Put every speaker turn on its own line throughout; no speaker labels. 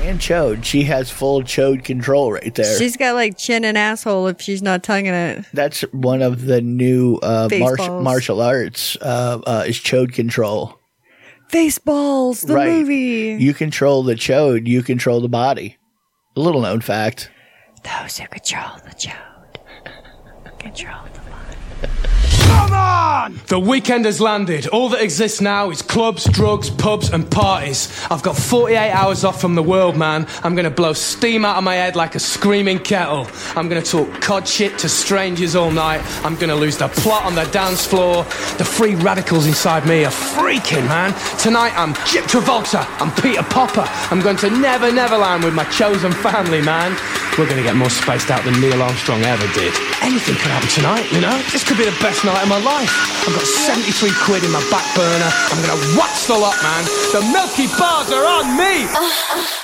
and chode. She has full chode control right there.
She's got like chin and asshole if she's not tonguing it.
That's one of the new uh, martial
Baseballs.
martial arts uh, uh, is chode control.
Face balls, the
Right.
movie.
You control the chode, you control the body. Little known fact.
Those who control the chode control the mind.
The weekend has landed. All that exists now is clubs, drugs, pubs, and parties. I've got 48 hours off from the world, man. I'm gonna blow steam out of my head like a screaming kettle. I'm gonna talk cod shit to strangers all night. I'm gonna lose the plot on the dance floor. The free radicals inside me are freaking, man. Tonight I'm Chip Travolta. I'm Peter Popper. I'm going to Never Neverland with my chosen family, man. We're gonna get more spaced out than Neil Armstrong ever did. Anything could happen tonight, you know? This could be the best night of my life. I've got 73 quid in my back burner. I'm gonna watch the lot, man. The Milky Bars are on me!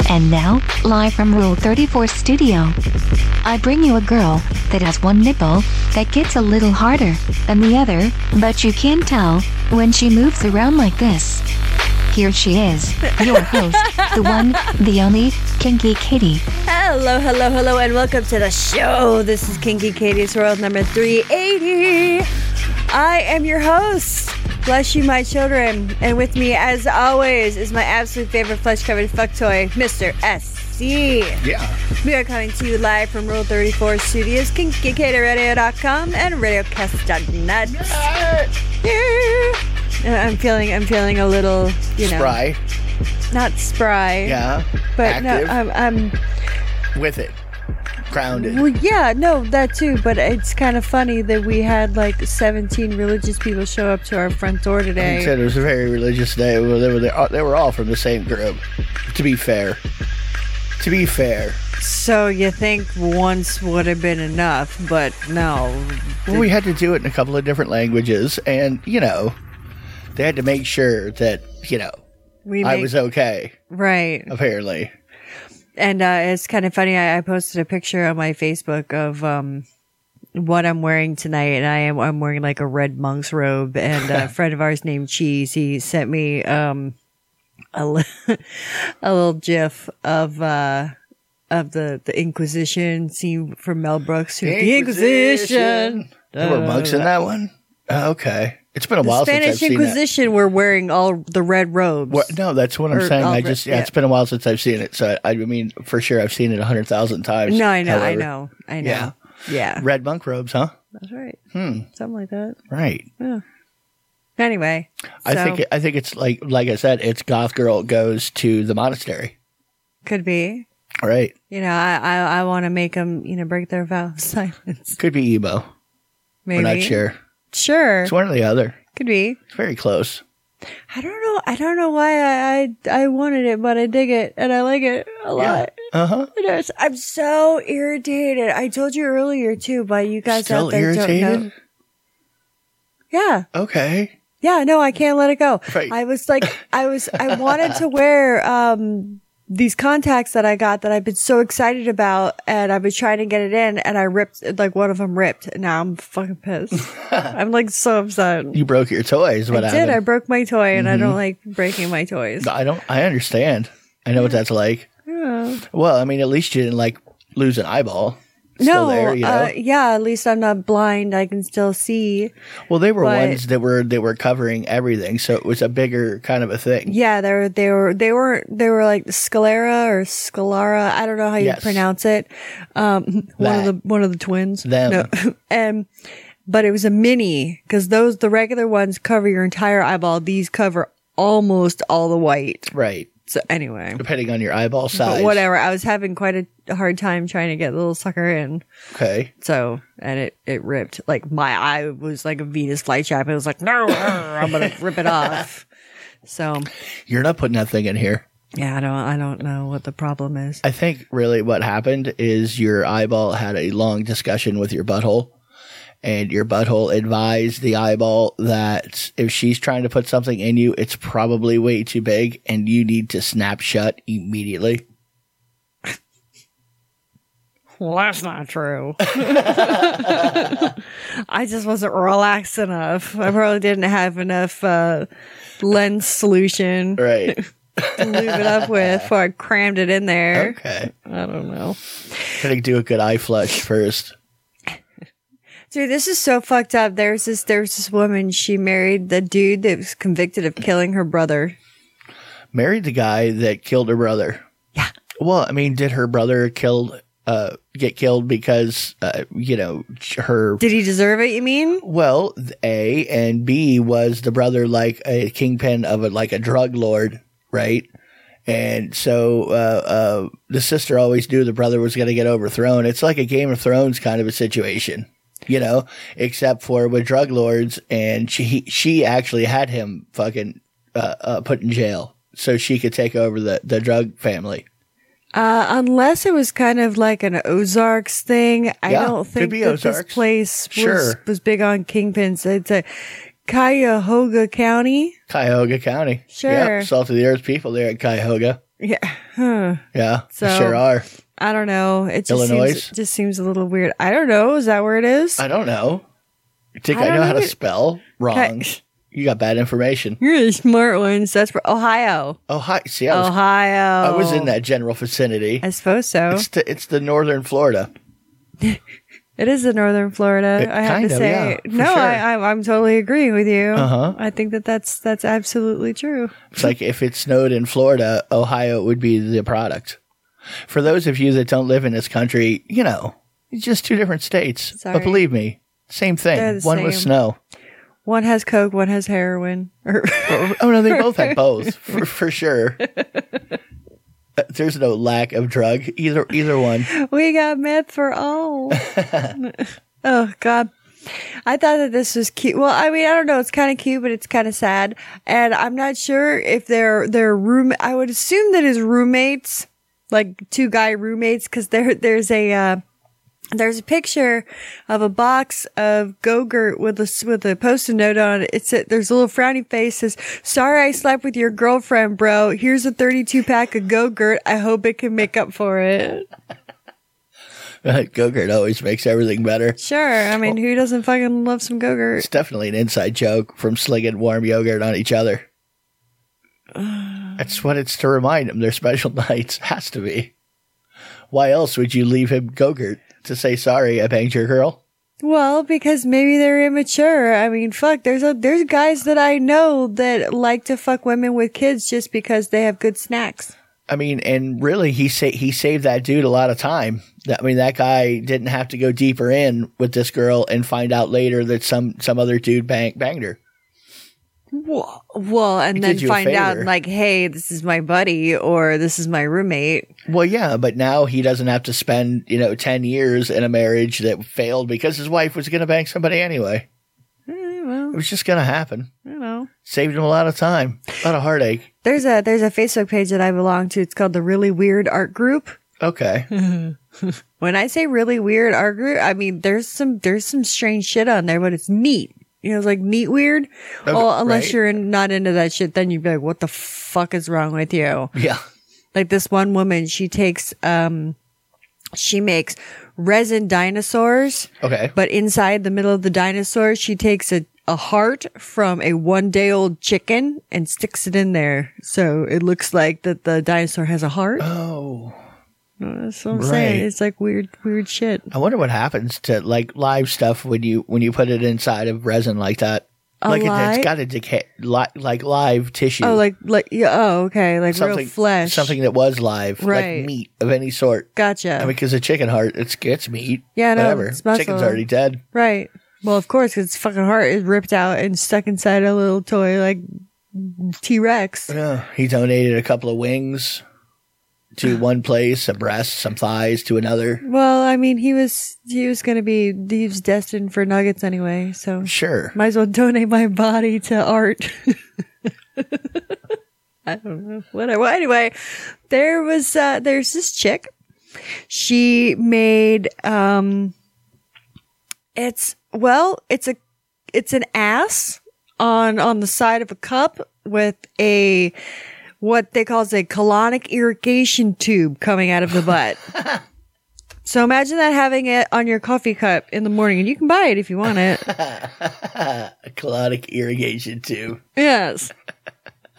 And now, live from Rule 34 Studio, I bring you a girl that has one nipple that gets a little harder than the other, but you can tell when she moves around like this. Here she is, your host, the one, the only, Kinky Kitty.
Hello, hello, hello, and welcome to the show. This is Kinky Katie's World number 380. I am your host. Bless you, my children. And with me, as always, is my absolute favorite flesh covered fuck toy, Mr. SC.
Yeah.
We are coming to you live from Rule 34 Studios, KinkyKaterRadio.com, and RadioCast.net. Yeah. I'm feeling, I'm feeling a little, you know,
Spry.
not spry.
Yeah.
But
Active
no, uh, I'm, I'm
with it. Grounded.
Well, yeah, no, that too. But it's kind of funny that we had like 17 religious people show up to our front door
He said
today.
it was a very religious day. Well, They were, they were all from the same group. To be fair. To be fair.
So you think once would have been enough, but no.
Well, we had to do it in a couple of different languages, and you know, they had to make sure that you know
We
I
make,
was okay.
right.
Apparently,
And uh, it's kind of funny. I, I posted a picture on my Facebook of um, what I'm wearing tonight, and I am I'm wearing like a red monk's robe. And a friend of ours named Cheese, he sent me um, a li- a little gif of. Uh, of the, the Inquisition scene from Mel Brooks, who, the Inquisition,
There were monks in that one. Oh, okay, it's been a
the
while
Spanish
since I've seen that.
Inquisition, were wearing all the red robes.
Well, no, that's what I'm
Or
saying. I
Albert,
just yeah,
yeah.
it's been a while since I've seen it. So I, I mean, for sure, I've seen it a hundred thousand times.
No, I know, I
however.
know, I know.
Yeah.
Yeah, Hmm.
Red monk robes, huh?
that's right. Something like that.
Right.
Anyway,
I
so-
think I think it's like like I said, it's goth girl goes to the monastery.
Could be.
All right.
You know, I I, I want to make them, you know, break their vow of silence.
Could be emo.
Maybe.
We're not sure.
Sure.
It's one or the other.
Could be.
It's very close.
I don't know. I don't know why I, I I wanted it, but I dig it and I like it a lot.
Uh huh.
You know, it's- I'm so irritated. I told you earlier too, but you guys
Still
out there don't know.
irritated.
Yeah.
Okay.
Yeah, no, I can't let it go.
Right.
I was like, I was, I wanted to wear um, these contacts that I got that I've been so excited about, and I've been trying to get it in, and I ripped, like one of them ripped. and Now I'm fucking pissed. I'm like so upset.
You broke your toys. What
I did.
happened? Mm-hmm.
I broke my toy, and I don't like breaking my toys.
I don't. I understand. I know what that's like. Well, I mean, at least you didn't like lose an eyeball. It's
no,
Still there, you know?
uh, yeah. At least I'm not blind. I can still see.
well, they were
but-
ones that were they were covering everything, so it was a bigger kind of a thing.
Yeah, they were they were they were they were like Scalera or Scalara. I don't know how you
Yes.
pronounce it. Um, one of
That.
the one of the twins.
Them.
No, um, but it was a mini because those the regular ones cover your entire eyeball. These cover almost all the white.
Right.
So anyway,
Depending on your eyeball size.
but whatever. I was having quite a hard time trying to get the little sucker in.
Okay.
So and it it ripped like my eye was like a Venus flytrap. It was like no, I'm gonna rip it off. So
You're not putting that thing in here.
yeah, I don't I don't know what the problem is.
I think really what happened is your eyeball had a long discussion with your butthole, and your butthole advised the eyeball that if she's trying to put something in you, it's probably way too big and you need to snap shut immediately.
Well, that's not true. I just wasn't relaxed enough. I probably didn't have enough uh, lens solution.
Right.
lube it up with before I crammed it in there.
Okay.
I don't know.
Gotta do a good eye flush first.
Dude, this is so fucked up. There's this there's this woman, she married the dude that was convicted of killing her brother.
Married the guy that killed her brother.
Yeah.
Well, I mean, did her brother killed uh get killed because uh you know her
Did he deserve it, you mean?
well a and b was the brother like a kingpin of a like a drug lord right and so uh, uh the sister always knew the brother was going to get overthrown it's like a game of thrones kind of a situation you know except for with drug lords and she he, she actually had him fucking uh, uh put in jail so she could take over the the drug family
Uh, unless it was kind of like an Ozarks thing. I
Yeah,
don't
could
think
be
that
Ozarks.
this place was,
Sure.
was big on kingpins. It's a Cuyahoga County.
Cuyahoga County.
Sure.
Yep, salt of the earth people there at Cuyahoga.
Yeah. Huh.
Yeah, they
So-
sure are.
I don't know. It just
Illinois?
seems, it just seems a little weird. I don't know. Is that where it is?
I don't know. I think
I
I,
don't
know how to
even-
spell wrong.
Okay.
You got bad information.
You're the smart ones. That's for Ohio.
Oh hi. See, I was,
Ohio.
I was in that general vicinity.
Oh. I suppose so.
It's the, it's the northern Florida.
It is in northern Florida.
It-
I have
kind
to
of, yeah,
say,
for
no,
sure.
I, I, I'm totally agreeing with you.
Uh-huh.
I think that that's that's absolutely true.
It's like if it snowed in Florida, Ohio would be the product. For those of you that don't live in this country, you know, it's just two different states.
Sorry.
But believe me, same
They're
thing.
the
One was
same.
snow.
One has coke, one has heroin. Or-
Oh no, they both had both for, for sure. Uh, There's no lack of drug either either one.
we got meth for all. oh God. I thought that this was cute. Well, I mean, I don't know. It's kind of cute, but it's kind of sad. And I'm not sure if they're, they're room, I would assume that his roommates, like two guy roommates, cause there, there's a, uh, there's a picture of a box of Go-Gurt with a, s- with a post-it note on it. It's a, there's a little frowny face says, sorry I slept with your girlfriend, bro. Here's a 32 pack of Go-Gurt. I hope it can make up for it.
Gogurt always makes everything better.
Sure. I mean, who doesn't fucking love some Go-Gurt?
It's definitely an inside joke from slinging warm yogurt on each other. That's what it's to remind them. They're special nights has to be. Why else would you leave him Gogurt to say sorry? I banged your girl.
Well, because maybe they're immature. I mean, fuck, there's a, there's guys that I know that like to fuck women with kids just because they have good snacks.
I mean, and really, he sa- he saved that dude a lot of time. That- I mean, that guy didn't have to go deeper in with this girl and find out later that some some other dude bang- banged her.
Well, well and
He
then
did you a
find out
favor.
like, hey, this is my buddy or this is my roommate.
Well, yeah, but now he doesn't have to spend you know ten years in a marriage that failed because his wife was going to bang somebody anyway.
Eh, well,
It was just going to happen.
you know.
Saved him a lot of time, a lot of heartache.
There's a there's a Facebook page that I belong to. It's called the Really Weird Art Group.
Okay,
When I say really weird art group, I mean there's some there's some strange shit on there, but it's neat. You know, it's like neat weird.
Okay,
well, unless
Oh, right.
you're in, not into that shit, then you'd be like, "What the fuck is wrong with you?"
yeah,
Like this one woman, she takes um, she makes resin dinosaurs,
okay,
but inside the middle of the dinosaur, she takes a a heart from a one day old chicken and sticks it in there, so it looks like that the dinosaur has a heart.
oh,
That's what I'm saying.
right.
It's like weird, weird shit.
I wonder what happens to like live stuff when you when you put it inside of resin like that. like it,
live-
it's got to decay, li- like live tissue.
Oh, like like yeah. Oh, okay. Like real flesh.
something that was live,
Right.
like meat of any sort.
Gotcha.
I mean, because a chicken heart, it's it's meat.
Yeah, no,
whatever.
it's muscle.
Chicken's already dead.
right. Well, of course, 'cause its fucking heart is ripped out and stuck inside a little toy like T Rex.
Yeah, he donated a couple of wings to one place, a breast, some thighs to another.
Well, I mean, he was he was gonna be he was destined for nuggets anyway, so
Sure.
might as well donate my body to art. I don't know. Whatever. Well, anyway, there was uh there's this chick. She made um it's well, it's a it's an ass on on the side of a cup with a what they call a colonic irrigation tube coming out of the butt. so imagine that having it on your coffee cup in the morning and you can buy it if you want it.
colonic irrigation tube.
Yes.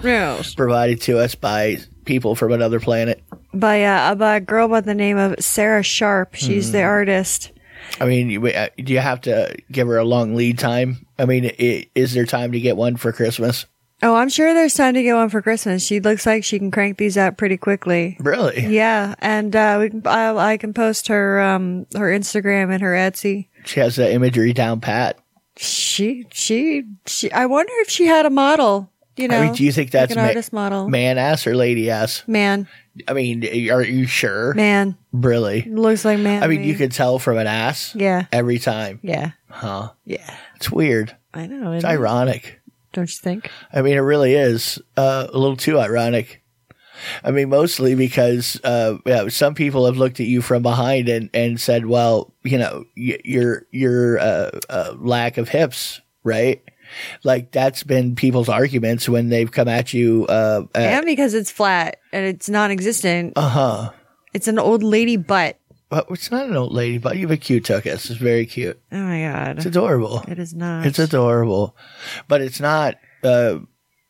Rules.
provided to us by people from another planet.
By, uh, by a girl by the name of Sarah Sharp. She's the artist.
I mean, you- uh, do you have to give her a long lead time? I mean, i- is there time to get one for Christmas?
Oh, I'm sure there's time to get one for Christmas. She looks like she can crank these out pretty quickly.
Really?
Yeah, and uh, we can, I, I can post her um her Instagram and her Etsy.
She has the imagery down pat.
She she she. I wonder if she had a model. You know,
I mean, do you think that's
like an
ma-
artist model?
man ass or lady ass?
man,
I mean, are you sure?
man,
Really?
looks like man.
I mean,
to
you
me.
could tell from an ass
Yeah,
every time.
yeah,
Huh?
yeah.
It's weird.
I know.
It's
isn't it?
ironic.
Don't you think?
I mean, it really is uh, a little too ironic. I mean, mostly because uh, yeah, some people have looked at you from behind and, and said, "Well, you know, y- your your uh, uh, lack of hips, right?" Like that's been people's arguments when they've come at you. Uh
and because it's flat and it's non-existent,
huh.
it's an old lady butt.
uh-huh. But it's not an old lady, but you have a cute tuchus. It's very cute.
Oh my god,
It's adorable.
it is not.
It's adorable, but it's not uh,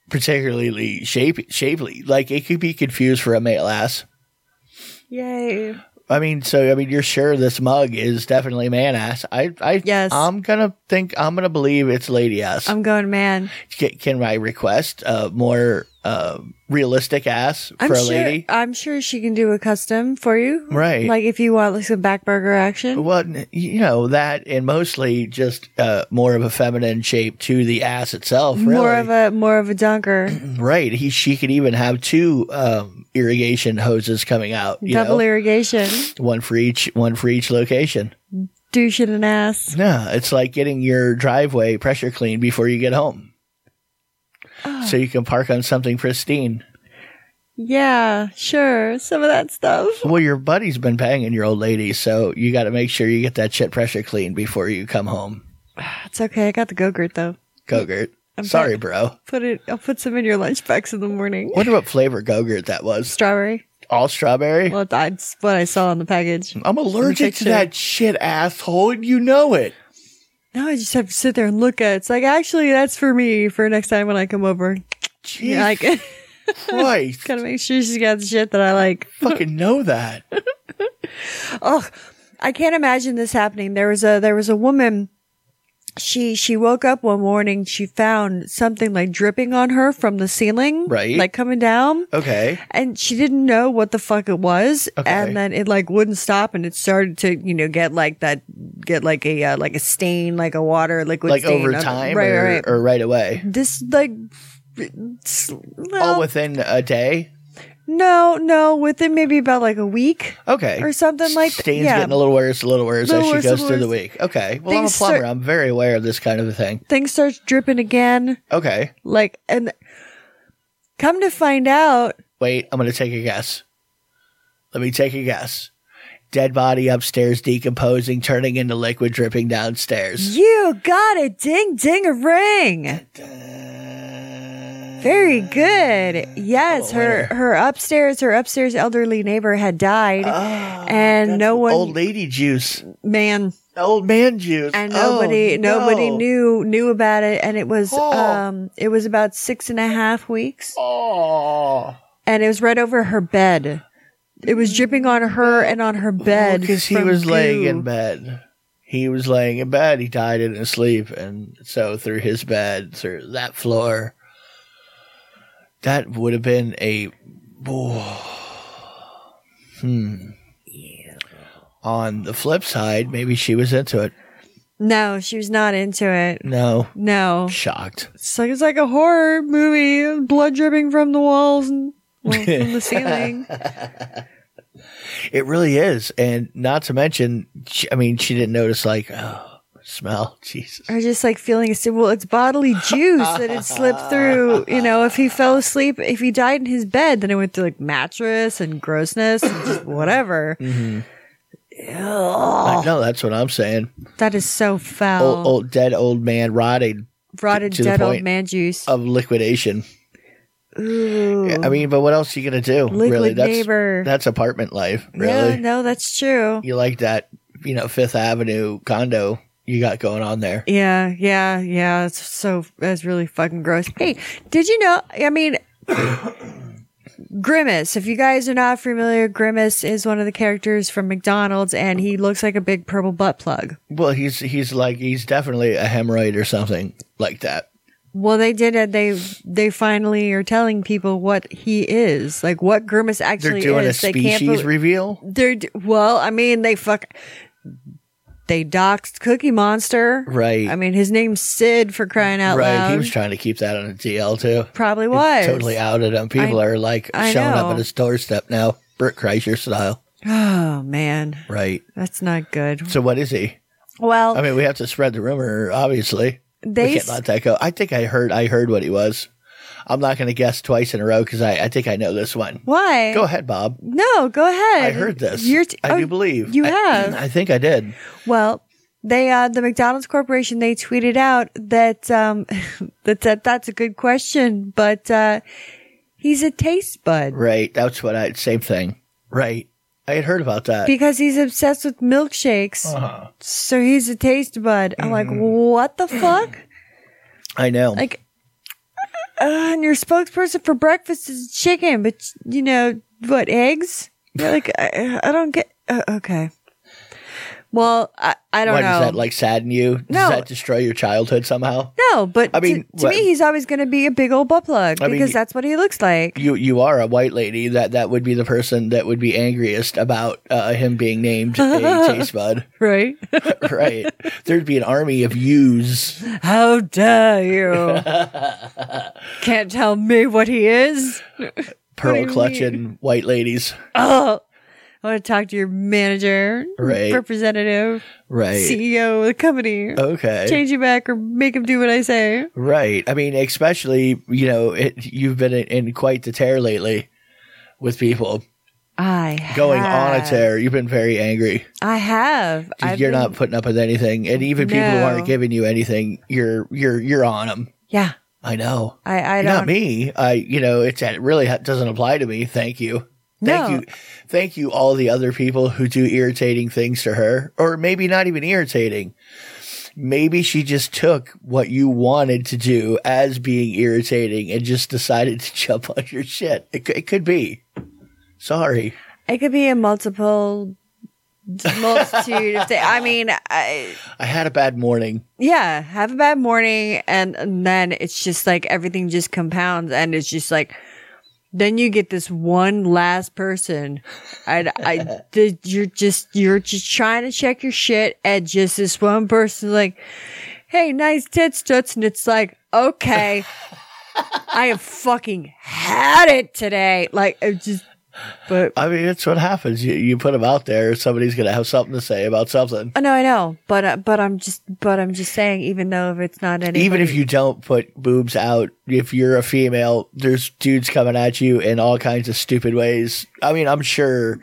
particularly shape- shapely. Like it could be confused for a male ass.
Yay!
I mean, so I mean, you're sure this mug is definitely man ass. I, I,
Yes. Um,
I'm gonna think I'm gonna believe it's lady ass.
I'm going man.
Ca- can I request a more uh, realistic ass
I'm
for a
sure,
lady?
I'm sure she can do a custom for you.
Right. Oh,
Like if you want like some back burger action.
Well, n- you know that, and mostly just uh, more of a feminine shape to the ass itself. Really.
More of a more of a dunker.
Right. He she could even have two um, irrigation hoses coming out. You
Double
know?
irrigation.
one for each one for each location.
Douche in an ass.
Yeah, it's like getting your driveway pressure cleaned before you get home.
Ah.
So you can park on something pristine.
Yeah, sure. Some of that stuff.
Well, your buddy's been banging your old lady, so you got to make sure you get that shit pressure cleaned before you come home.
It's okay, I got the Go-Gurt though.
Gogurt. Sorry,
back.
bro.
Put it I'll put some in your lunchbox in the morning.
Wonder what flavor Gogurt that was.
Strawberry.
All strawberry?
Well that's what I saw on the package.
I'm allergic to
picture.
that shit, asshole, and you know it.
Now I just have to sit there and look at it. It's like actually that's for me for next time when I come over.
Jeez
Yeah, I can
Christ.
gotta make sure she's got the shit that I like.
fucking know that.
oh i can't imagine this happening there was a there was a woman she she woke up one morning she found something like dripping on her from the ceiling
Right.
like coming down
Okay.
and she didn't know what the fuck it was
Okay.
and then it like wouldn't stop and it started to you know get like that get like a uh, like a stain like a water liquid
Like
stain
over
on-
time
right
or,
right, right.
or right away?
this like s- well,
All within a day?
no no within maybe about like a week
Okay.
Or something like-
Stains
yeah.
getting a little worse, a little worse
Little
as
worse,
she goes
little
through the
worse.
week. Okay. Well,
Things
I'm a
start-
plumber. I'm very aware of this kind of a thing.
things starts dripping again
Okay.
like and come to find out
Wait, I'm going to take a guess. Let me take a guess. Dead body upstairs decomposing, turning into liquid dripping downstairs.
you got a ding ding a ring very good yes her her upstairs her upstairs elderly neighbor had died and no one
Ah, Old lady juice.
man
Old man juice.
and
Oh,
nobody
no.
nobody knew knew about it and it was
Oh.
um it was about six and a half weeks
Oh.
and it was right over her bed it was dripping on her and on her bed
because Oh, he
from
was laying in
goo.
bed. He was laying in bed. He died in his sleep, and so through his bed, through that floor, that would have been a, hmm. On the flip side, maybe she was into it.
no she was not into it
No,
no
shocked.
It's like it's like a horror movie, blood dripping from the walls and well, from the ceiling.
It really is, and not to mention, she- I mean, she didn't notice like oh, smell. Jesus,
or just like feeling a si- well, it's bodily juice that had slipped through. You know, if he fell asleep, if he died in his bed, then it went through like mattress and grossness and just whatever. Ugh.
no, that's what I'm saying.
that is so foul.
Old, old dead old man rotting
Rotted
Oh, to the
dead old
point Oh,
man juice.
of liquidation.
Ooh.
I mean, but what else are you gonna do?
Liquid
really, that's
neighbor.
that's apartment life. Really,
Yeah, no, that's true.
you like that? You know, Fifth Avenue condo you got going on there.
Yeah, yeah, yeah. It's so that's really fucking gross. Hey, did you know? I mean, Grimace. If you guys are not familiar, Grimace is one of the characters from McDonald's, and he looks like a big purple butt plug.
Well, he's he's like he's definitely a hemorrhoid or something like that.
Well, they did it. They they finally are telling people what he is, like what Grimace
They're
actually
doing a
is. they can't.
species
bel-
reveal.
they're d- well. I mean, they fuck. They doxed Cookie Monster.
Right.
I mean, his name's Sid for crying out
Right,
loud.
he was trying to keep that on a DL too.
Probably
He
was
totally outed him. People
I-
are like
I
showing
know.
up at his doorstep now, Burt Kreischer style.
Oh man,
Right.
that's not good.
So what is he?
Well,
I mean, we have to spread the rumor, obviously.
They
we can't
s-
let that go. I think I heard. I heard what he was. I'm not going to guess twice in a row because I, I think I know this one.
why?
Go ahead, Bob.
No, go
I
ahead.
heard this.
You're
I
t- oh,
do believe
you
I-
have.
I think I did.
Well, they uh, the McDonald's Corporation they tweeted out that um, that, that that's a good question, but uh, he's a taste bud
Right. That's what I. Same thing. Right. I had heard about that.
because he's obsessed with milkshakes.
Uh-huh.
So he's a taste bud. I'm like,
Mm-hmm.
what the fuck?
I know.
Like, uh, and your spokesperson for breakfast is chicken, but you know what? Eggs? You're like, I, I don't get. Uh, okay. Well, I, I don't
Why
know.
does that like sadden you? Does
No.
that destroy your childhood somehow?
No, but
I mean,
to, to
what-
me, he's always going to be a big old butt plug
I mean,
because
you-
that's what he looks like.
You you are a white lady. That that would be the person that would be angriest about uh, him being named a taste bud.
right?
right. There'd be an army of yous.
How dare you? Can't tell me what he is.
Pearl clutching white ladies.
Oh, I want to talk to your manager,
Right.
representative,
Right.
CEO of the company.
Okay.
Change him back or make him do what I say.
Right. I mean, especially, you know, it, you've been in, in quite the tear lately with people
I
going
have.
on a tear. You've been very angry.
I have. I've
You're
been-
not putting up with anything. And even people who
No.
aren't giving you anything, you're, you're, you're on them.
Yeah,
I know.
I. I don't.
Not me. I, you know, it's, it really ha- doesn't apply to me. Thank you. Thank
No.
you. Thank you, all the other people who do irritating things to her, or maybe not even irritating. Maybe she just took what you wanted to do as being irritating and just decided to jump on your shit. It, c- it could be. Sorry.
It could be a multiple multitude of things. I mean, I.
I had a bad morning.
yeah, have a bad morning and, and then it's just like everything just compounds and it's just like then you get this one last person and I the, you're just you're just trying to check your shit and just this one person like hey nice tits toots and it's like okay I have fucking had it today like it just but
I mean, it's what happens. You, you put them out there, somebody's going to have something to say about something.
I know I know but uh, but I'm just but I'm just saying even though if it's not anybody
Even if you don't put boobs out, if you're a female, there's dudes coming at you in all kinds of stupid ways. I mean, I'm sure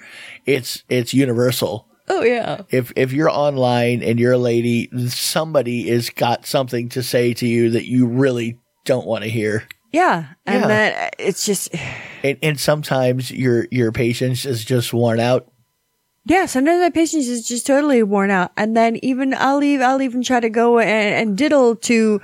it's it's universal.
oh yeah
If if you're online and you're a lady, somebody has got something to say to you that you really don't want to hear.
Yeah. And
Yeah.
then uh, it's just,
And and sometimes your your patience is just worn out.
yeah, sometimes my patience is just totally worn out. And then even I'll leave, I'll even try to go and, and diddle to,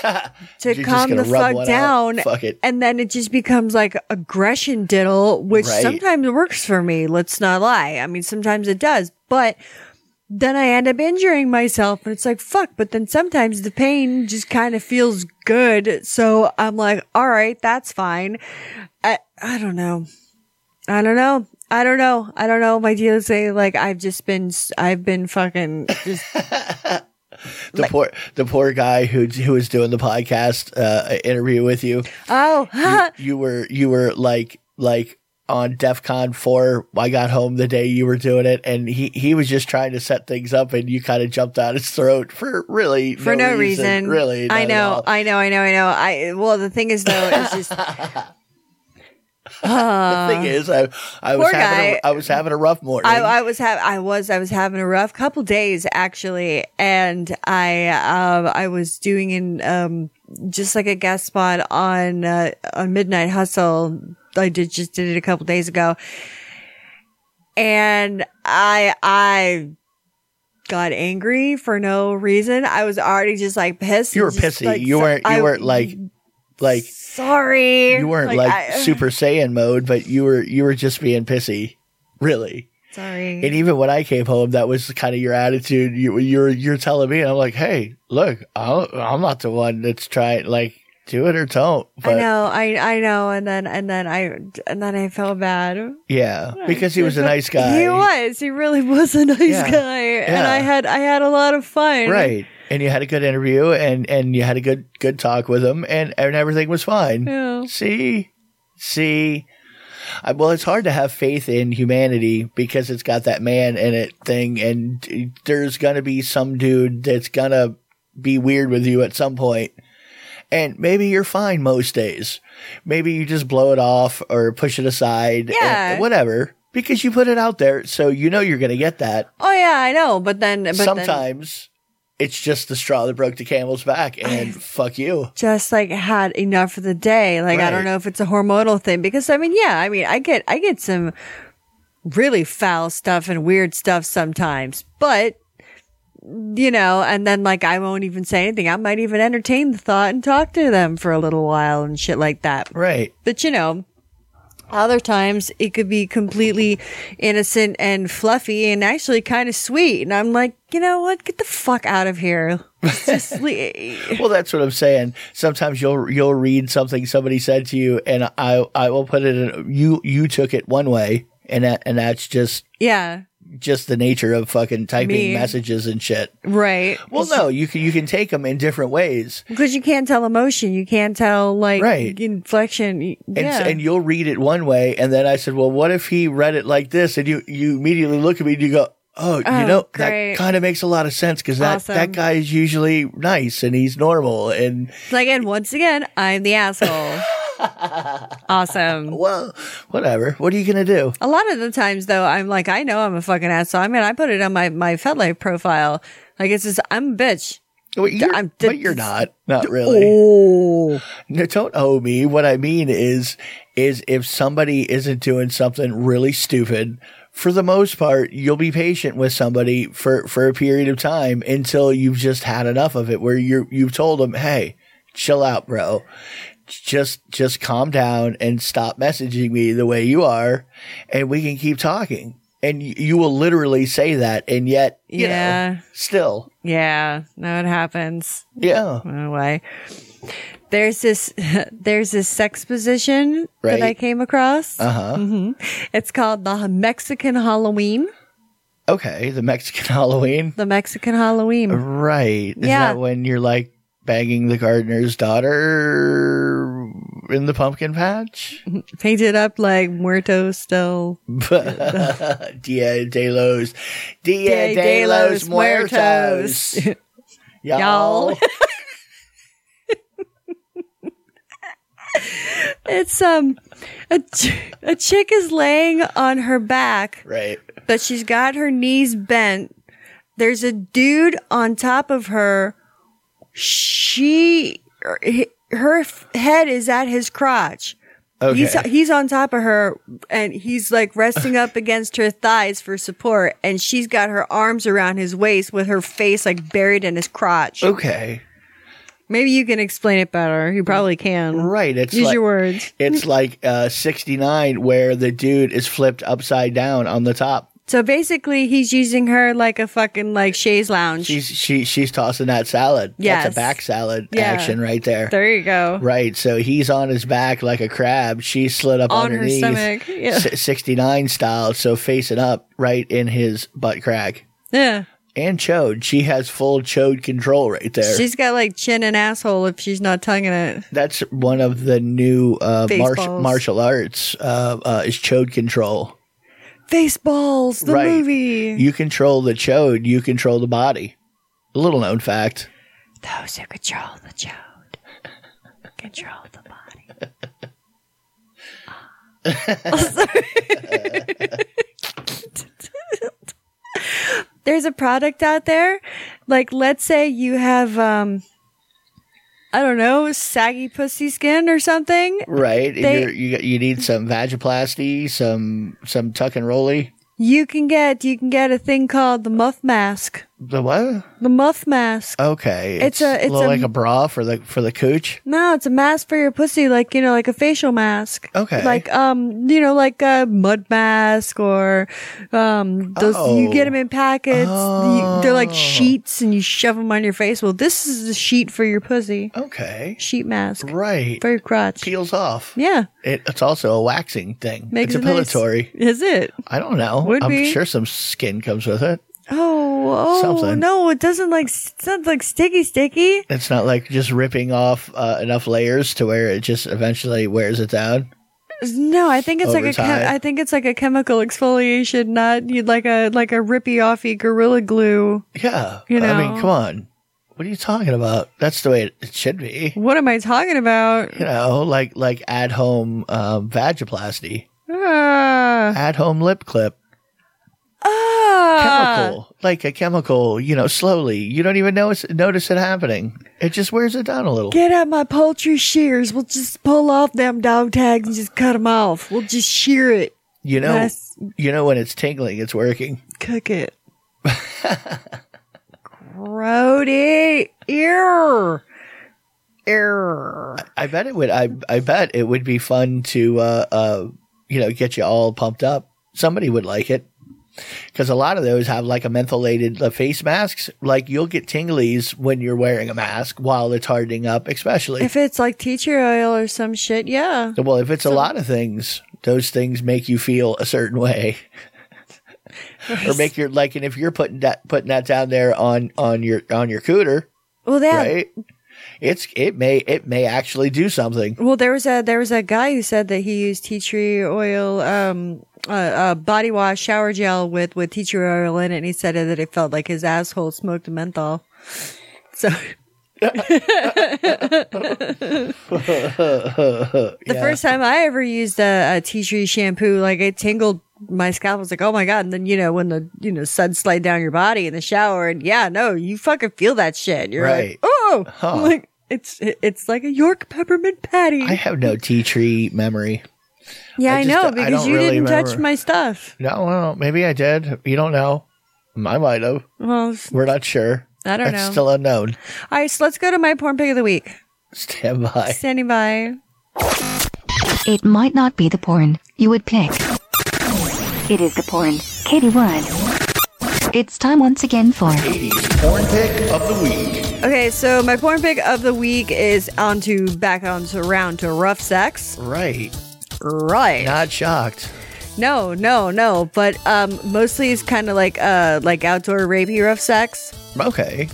to
You're
calm the
just gonna rub
fuck
one
down.
Out. Fuck it.
And then it just becomes like aggression diddle, which
Right.
sometimes works for me. Let's not lie. I mean, sometimes it does, but then I end up injuring myself and it's like, fuck. But then sometimes the pain just kind of feels good. So I'm like, all right, that's fine. I, I don't know. I don't know. I don't know. I don't know. My dealers say like, I've just been, s- I've been fucking just,
The poor the poor guy who who was doing the podcast uh, interview with you.
oh,
you were you were like like on DEF CON four. I got home the day you were doing it, and he he was just trying to set things up, and you kind of jumped out his throat for really
for no, reason.
Really, not
I
at
know,
all.
I know, I know, I know. I well, the thing is though, it's just
Thing is, I I was
uh, poor
having
guy.
a, I was having a rough morning.
I, I was have I was I was having a rough couple days actually, and I um I was doing in um just like a guest spot on uh, on Midnight Hustle. I did just did it a couple days ago, and I I got angry for no reason. I was already just like pissed.
you were
just,
pissy.
like,
you
so-
weren't. You
I-
weren't like Like
Sorry.
you weren't like,
I- uh,
Super Saiyan mode, but you were you were just being pissy, really.
Sorry.
And even when I came home, that was kind of your attitude. You, you're you're telling me, and I'm like, hey, look, I'll, I'm not the one that's trying. Like, do it or don't.
I
But
know, I I know, and then and then I and then I felt bad.
yeah, because he was a nice guy.
He was. He really was a nice
Yeah.
guy, and I
Yeah.
had I had a lot of fun.
right. And you had a good interview, and and you had a good good talk with him, and and everything was fine.
Yeah.
See, see. I, well, it's hard to have faith in humanity because it's got that man in it thing, and there's gonna be some dude that's gonna be weird with you at some point. And maybe you're fine most days. Maybe you just blow it off or push it aside, and-
Yeah.
whatever, because you put it out there, so you know you're gonna get that.
Oh yeah, I know. But then, but then-
Sometimes it's just the straw that broke the camel's back, and fuck you.
just like had enough for the day. Like I
Right.
don't know if it's a hormonal thing because I mean, yeah, I mean, I get I get some really foul stuff and weird stuff sometimes, but you know, and then like I won't even say anything. I might even entertain the thought and talk to them for a little while and shit like that.
Right.
But you know, other times it could be completely innocent and fluffy and actually kind of sweet. And I'm like, you know what? Get the fuck out of here. Let's Just leave.
Well, that's what I'm saying. Sometimes you'll you'll read something somebody said to you, and I I will put it in you you took it one way, and that and that's just
yeah.
just the nature of fucking typing
Me.
messages and shit.
Right.
Well, no, you can you can take them in different ways,
Because you can't tell emotion. You can't tell like
Right.
inflection. Yeah.
and s- and you'll read it one way, and then I said, well, what if he read it like this? And you you immediately look at me and you go. Oh,
Oh,
you know
great.
that kind of makes a lot of sense because that
Awesome.
that guy is usually nice and he's normal and
like, and once again, I'm the asshole. awesome.
well, whatever. What are you gonna do?
A lot of the times though, I'm like, I know I'm a fucking asshole. I mean, I put it on my, my FedLife profile. Like it's just, I'm a bitch.
Well, you're-
I'm-
but you're not, not really.
Oh.
No, don't owe me. What I mean is, is if somebody isn't doing something really stupid, for the most part, you'll be patient with somebody for, for a period of time until you've just had enough of it where you you've told them, Hey, chill out, bro. Just, just calm down and stop messaging me the way you are and we can keep talking. And y- you will literally say that. And yet, you
Yeah.
know, still,
Yeah. No, it happens.
yeah.
Anyway. There's this, there's this sex position that I
Right.
came across. Mm-hmm.
Uh huh.
It's called the Mexican Halloween.
Okay. The Mexican Halloween.
The Mexican Halloween.
Right. Is
Yeah.
that when you're like banging the gardener's daughter in the pumpkin patch?
Mm-hmm. painted up like muerto still.
Dia de los Dia de los Muertos. Y'all.
Y'all. It's um a, ch- a chick is laying on her back,
Right.
but she's got her knees bent. There's a dude on top of her. She her- her f- head is at his crotch.
Okay.
He's he's on top of her and he's like resting up against her thighs for support and she's got her arms around his waist with her face like buried in his crotch.
Oh. okay.
Maybe you can explain it better. You probably can.
Right. It's
Use
like,
your words.
It's like uh, 69 where the dude is flipped upside down on the top.
So basically he's using her like a fucking like chaise lounge.
She's she she's tossing that salad. That's
Yes.
a back salad
Yeah.
action right there.
there you go.
Right. So he's on his back like a crab. She slid up
On
on her,
her
knees,
stomach, yeah.
si- 69 style. So facing up right in his butt crack.
Yeah.
And chode. She has full chode control right there.
She's got like chin and asshole if she's not tonguing it.
That's one of the new uh, martial,
Baseballs.
martial arts uh, uh, is chode control.
Face balls, the
Right.
movie.
You control the chode, you control the body. Little known fact.
Those who control the chode control the body. Ah. Sorry. There's a product out there. Like, let's say you have, um, I don't know, saggy pussy skin or something.
Right. And
They-
you're, you you need some vagiplasty, some some tuck and rolly.
You can get, you can get a thing called the muff mask.
The what?
The muff mask.
Okay.
It's a- it's
little
a-
like a bra for the for the cooch.
No, it's a mask for your pussy, like you know, like a facial mask.
Okay.
Like um, you know, like a mud mask or um, those you
Oh.
get them in packets. You- they're like sheets, and you shove them on your face. Well, this is the sheet for your pussy,
Okay.
sheet mask
Right.
for your crotch.
Peels off.
Yeah,
It, it's also a waxing thing.
makes
it's
it nice.
depilatory.
Is it?
I don't know.
Would
I'm
be.
sure some skin comes with it.
Oh, oh
Something.
no, it doesn't like it sounds like sticky, sticky.
It's not like just ripping off uh, enough layers to where it just eventually wears it down.
No, I think it's
Over
like a
time.
chem- I think it's like a chemical exfoliation, not you like a like a rippy offy gorilla glue.
Yeah.
You
I mean,
know.
come on. What are you talking about? That's the way it, it should be.
What am I talking about?
You know, like like at home um, vagiplasty,
Ah,
at home lip clip,
ah.
chemical, like a chemical. You know, slowly. You don't even notice notice it happening. It just wears it down a little.
Get out my poultry shears. We'll just pull off them dog tags and just cut them off. We'll just shear it,
you know,
Yes.
you know when it's tingling, it's working.
cook it. Grody, ear, ear.
I bet it would. I I bet it would be fun to uh, uh you know get you all pumped up. Somebody would like it because a lot of those have like a mentholated uh, face masks. Like you'll get tinglies when you're wearing a mask while it's hardening up, especially.
If it's like tea tree oil or some shit, yeah.
well, if it's a lot of things, those things make you feel a certain way. or make your like, and if you're putting that putting that down there on on your on your cooter,
Well, that
right? It's it may it may actually do something.
Well, there was a there was a guy who said that he used tea tree oil, um, uh, uh, body wash, shower gel with with tea tree oil in it, and he said that it felt like his asshole smoked menthol. So the first time I ever used a, a tea tree shampoo, like it tingled my scalp. I was like, oh my god! And then you know when the you know suds slide down your body in the shower, and yeah, no, you fucking feel that shit. You're
Right.
like, oh,
Huh.
I'm like it's it's like a York peppermint patty.
I have no tea tree memory.
Yeah,
I
I,
just
know
don't- I
because
don't
you
really
didn't touch
remember.
my stuff.
No, well, maybe I did. You don't know. I might have.
Well, s-
We're not sure.
I don't
It's
know.
still unknown.
all right, so let's go to my porn pick of the week.
Stand by.
Standing by.
It might not be the porn you would pick. It is the porn. Katie Wood. It's time once again for
Porn pick of the week.
Okay, so my porn pick of the week is onto back onto round to rough sex.
Right.
Right.
Not shocked.
No, no, no. But um, mostly it's kind of like uh, like outdoor rapey rough sex.
Okay.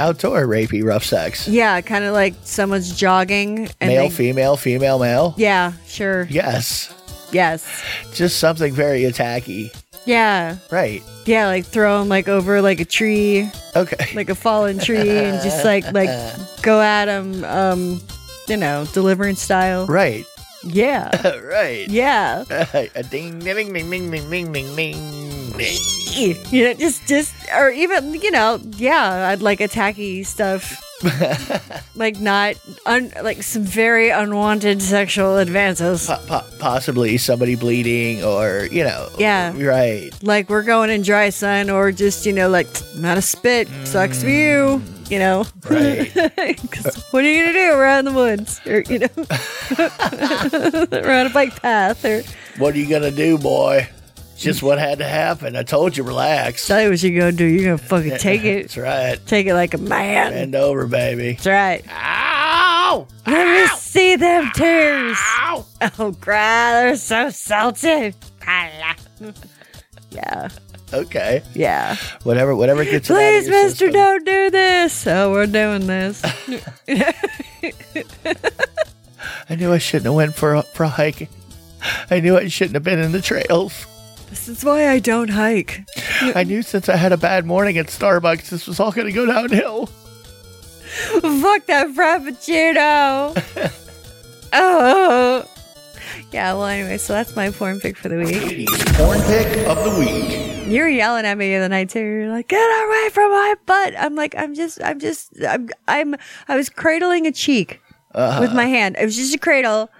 Outdoor rapey rough sex.
Yeah, kind of like someone's jogging and
male,
they-
female, female, male.
Yeah, sure.
Yes.
Yes.
Just something very attacky.
Yeah.
Right.
Yeah, like throw them like over like a tree.
Okay.
like a fallen tree and just like like go at him um you know deliverance style
Right.
yeah
right.
yeah
A ding, ding, ding, ding, ding, ding, ding, ding. ding.
you know just just or even you know yeah i'd like attacky stuff like not un, like some very unwanted sexual advances
Po- po- possibly somebody bleeding or, you know.
Yeah.
Right.
like we're going in dry sun or just you know like I'm out of spit sucks for you you know
Right.
'Cause what are you gonna do we're out in the woods or you know we're on a bike path or
What are you gonna do, boy? It's just what had to happen. I told you, relax.
tell you what you're gonna do you're gonna fucking take it
That's right.
take it like a man
Bend over, baby.
that's right
Ow!
let me see them tears
Ow!
oh god they're so salty yeah
Okay.
yeah
Whatever. Whatever gets. it out of
please
your
mister
system.
don't do this oh we're doing this
I knew I shouldn't have went for a, for a hike. I knew I shouldn't have been in the trails.
this is why i don't hike
I knew since I had a bad morning at Starbucks, this was all going to go downhill.
Fuck that frappuccino. oh. Yeah, well, anyway, so that's my porn pick for the week.
Porn pick of the week.
You're yelling at me in the night too. You're like, "Get away from my butt!" I'm like, "I'm just, I'm just, I'm, I'm, I was cradling a cheek
Uh-huh.
with my hand. It was just a cradle,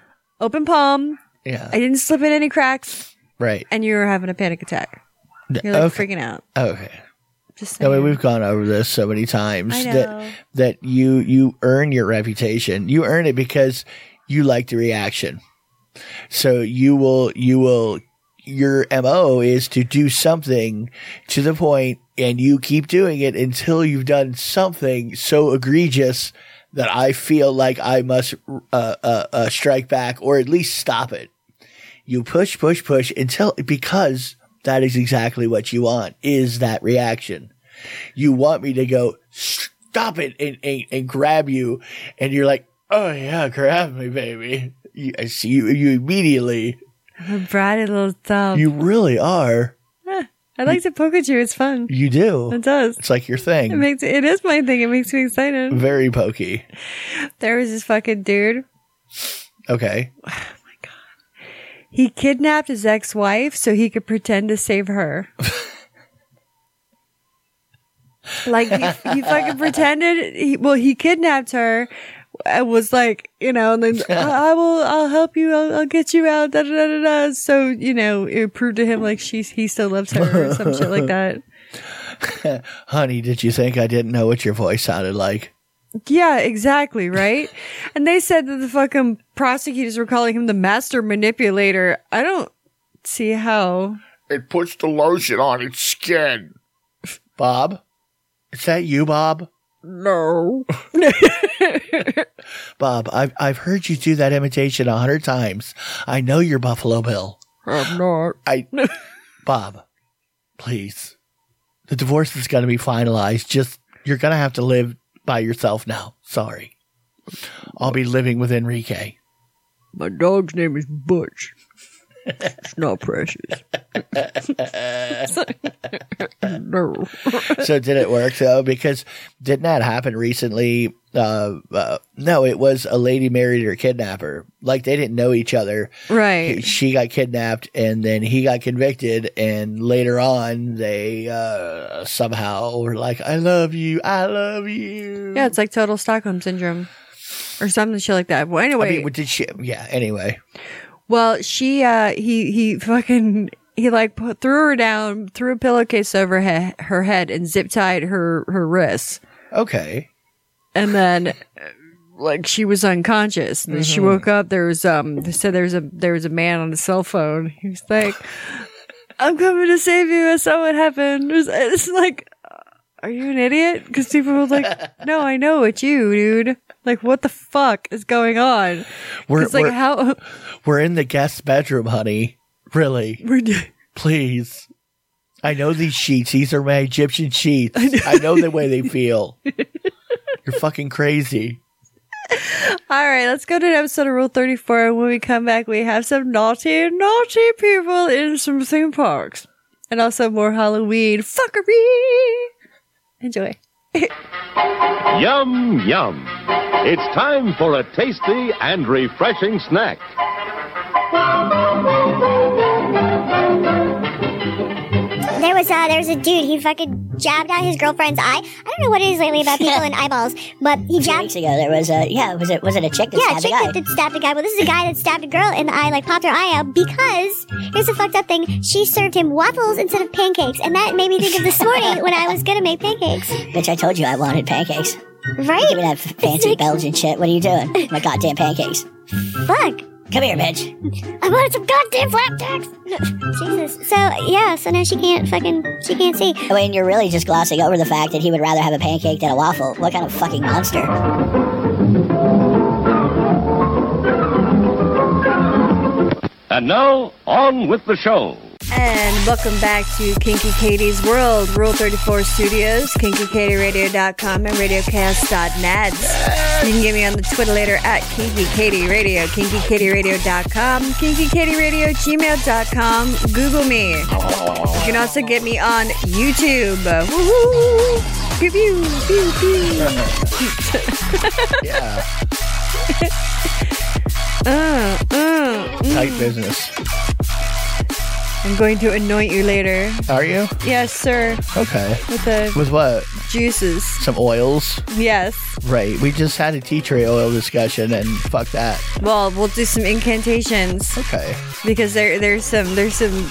open palm.
Yeah.
I didn't slip in any cracks,
right.
and you were having a panic attack. You're like
okay.
freaking out.
Okay.
Just
I
saying.
mean, we've gone over this so many times
I know.
that that you you earn your reputation. You earn it because you like the reaction. So you will you will your MO is to do something to the point and you keep doing it until you've done something so egregious that I feel like I must uh, uh, uh, strike back or at least stop it you push push push until because that is exactly what you want is that reaction you want me to go stop it and, and, and grab you and you're like oh yeah grab me baby you, i see you, you immediately
I'm a bratty little thumb.
you really are
I like to poke at you. It's fun.
you do
It does.
it's like your
It
thing
makes it is my thing. It makes me excited.
very pokey
There was this fucking dude.
okay
He kidnapped his ex-wife so he could pretend to save her. like he, he fucking pretended. He, well, he kidnapped her. And was like, you know, and then I, I will, I'll help you, I'll, I'll get you out, da da da da. da." So you know, it proved to him like she's he still loves her or some shit like that.
honey did you think i didn't know what your voice sounded like
Yeah, exactly, right? and they said that the fucking prosecutors were calling him the master manipulator. I don't see how.
It puts the lotion on its skin.
bob is that you bob
No.
bob i've, I've heard you do that imitation a hundred times i know you're buffalo bill
I'm not.
I, Bob, please. The divorce is going to be finalized. Just, you're going to have to live by yourself now. Sorry. I'll be living with Enrique.
My dog's name is Butch. It's not precious. no.
So did it work though? Because didn't that happen recently? Uh, uh, no, it was a lady married her kidnapper. Like they didn't know each other.
Right.
She got kidnapped and then he got convicted. And later on, they, uh, somehow were like, I love you. I love you.
Yeah, it's like total Stockholm syndrome or something shit like that. Well, anyway.
I mean, did she? Yeah. Anyway,
Well, she, uh, he, he fucking, he like put, threw her down, threw a pillowcase over he- her head and zip tied her, her wrists.
okay.
And then, uh, like, she was unconscious. And then
Mm-hmm.
she woke up. There was, um, they said there was a, there was a man on the cell phone. He was like, I'm coming to save you. I saw what happened. It was- it's like, are you an idiot? Because people were like, no, I know it's you, dude. Like, what the fuck is going on?
We're
It's like,
we're,
how,
we're in the guest bedroom, honey. Really,
we're, d-
please. I know these sheets. These are my Egyptian sheets. I know the way they feel. You're fucking crazy.
All right, let's go to an episode of Rule 34. And when we come back, we have some naughty, naughty people in some theme parks. And also more Halloween fuckery. Enjoy.
Yum, yum. It's time for a tasty and refreshing snack.
There was a there was a dude. He fucking jabbed out his girlfriend's eye. I don't know what it is lately about people and eyeballs, but he
Two
jabbed.
weeks ago, there was a yeah. Was it was it a chick that
Yeah, a
stabbed a
chick that,
guy?
that stabbed a guy. Well, this is a guy that stabbed a girl in the eye, like popped her eye out because here's the fucked up thing. She served him waffles instead of pancakes, and that made me think of this morning when I was gonna make pancakes.
Bitch, I told you I wanted pancakes. Give me
Right?
that f- fancy Belgian shit. What are you doing? My goddamn pancakes.
Fuck.
Come here, bitch.
I wanted some goddamn flapjacks. Jesus. So yeah, so now she can't fucking she can't see.
I mean, you're really just glossing over the fact that he would rather have a pancake than a waffle. What kind of fucking monster?
And now, on with the show.
And welcome back to Kinky Katie's World, Rule 34 Studios, kinkykatieradio.com, and radiocast.net. You can get me on the Twitter later at Kinky Katie Radio, kinkykatieradio.com, kinkykatieradio, gmail.com, Google me. You can also get me on YouTube. Woo-hoo! Pew, pew, pew, pew.
Yeah,
Uh, uh.
tight business.
I'm going to anoint you later.
Are you
Yes, sir,
okay?
with the
With what?
juices.
Some oils,
Yes.
right? We just had a tea tree oil discussion, and fuck that.
Well, we'll do some incantations
Okay,
because there there's some there's some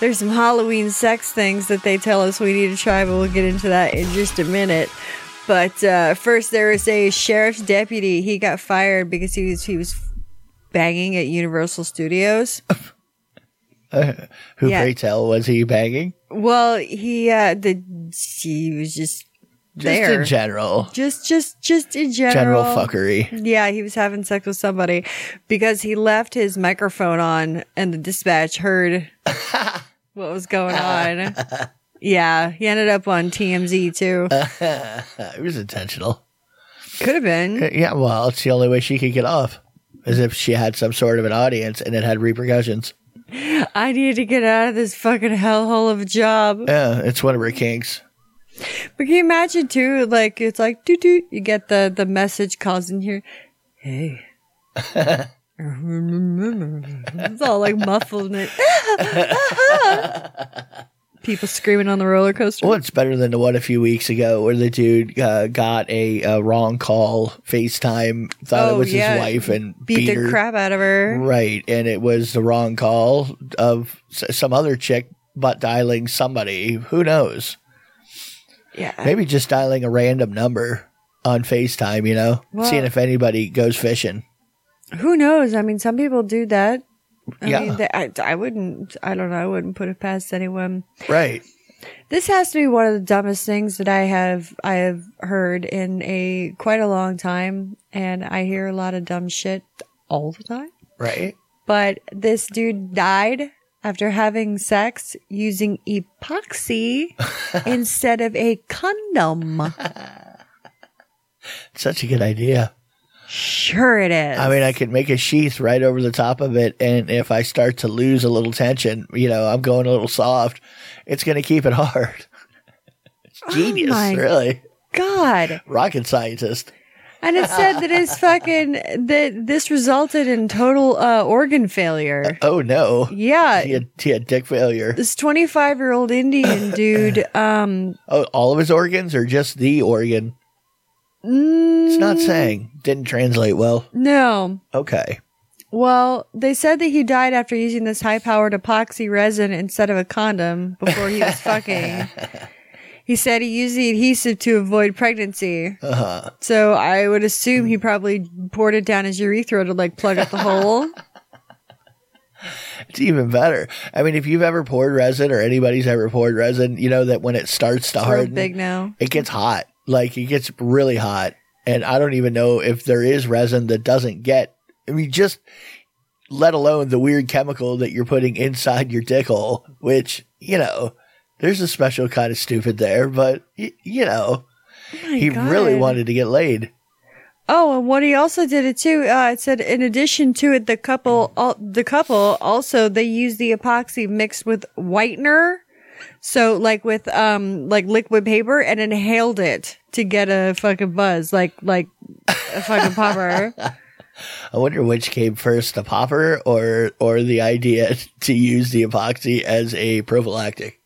There's some Halloween sex things that they tell us we need to try, but we'll get into that in just a minute. But uh, first, there is a sheriff's deputy. He got fired because he was he was banging at Universal Studios.
Who
Yeah.
pray tell was he banging?
Well, he uh, the he was just
Just
there.
in general,
just just just in
general
general
fuckery.
Yeah, he was having sex with somebody because he left his microphone on and the dispatch heard what was going on. Yeah, he ended up on TMZ too.
It was intentional.
Could have been.
Uh, Yeah, well, it's the only way she could get off, is if she had some sort of an audience and it had repercussions.
I need to get out of this fucking hellhole of a job.
Yeah, it's one of her kinks.
But can you imagine too? Like it's like doo doo. You get the the message calls in here. Hey. it's all like muffled and people screaming on the roller coaster.
Well, it's better than the one a few weeks ago where the dude uh, got a, uh wrong call, FaceTime, thought
Oh,
it was
yeah.
his wife, and
Beat,
beat,
the
her.
crap out of her.
Right, and it was the wrong call of s- some other chick, but dialing somebody. Who knows?
Yeah.
Maybe just dialing a random number on FaceTime, you know,
Well-
seeing if anybody goes fishing.
Who knows? I mean, some people do that. I
Yeah.
mean, they, I, I wouldn't, I don't know, I wouldn't put it past anyone.
Right.
This has to be one of the dumbest things that I have I have heard in a quite a long time, and I hear a lot of dumb shit all the time.
Right.
But this dude died after having sex using epoxy instead of a condom.
Such a good idea.
Sure, it is.
I mean, I could make a sheath right over the top of it, and if I start to lose a little tension, you know, I'm going a little soft, it's going to keep it hard. it's genius,
Oh my-
really.
God.
Rocket scientist.
And it said that his fucking that this resulted in total uh, organ failure.
Oh, no.
Yeah.
He had, he had dick failure.
This 25 year old Indian dude, um,
Oh, all of his organs or just the organ? It's not
Mm.
saying. Didn't translate well.
no.
Okay.
Well, they said that he died after using this high powered epoxy resin instead of a condom before he was fucking. He said he used the adhesive to avoid pregnancy.
Uh-huh.
So I would assume he probably poured it down his urethra to like plug up the hole.
It's even better. I mean, if you've ever poured resin or anybody's ever poured resin, you know that when it starts to
Real
harden,
big now.
it gets hot. Like it gets really hot. And I don't even know if there is resin that doesn't get, I mean, just let alone the weird chemical that you're putting inside your dick hole, which, you know, there's a special kind of stupid there, but, y- you know, he really
Oh God.
wanted to get laid.
Oh, and what he also did it too. Uh, it said in addition to it, the couple, al- the couple also they use the epoxy mixed with whitener, so like with um like liquid paper, and inhaled it to get a fucking buzz, like like a fucking popper.
I wonder which came first, the popper or or the idea to use the epoxy as a prophylactic.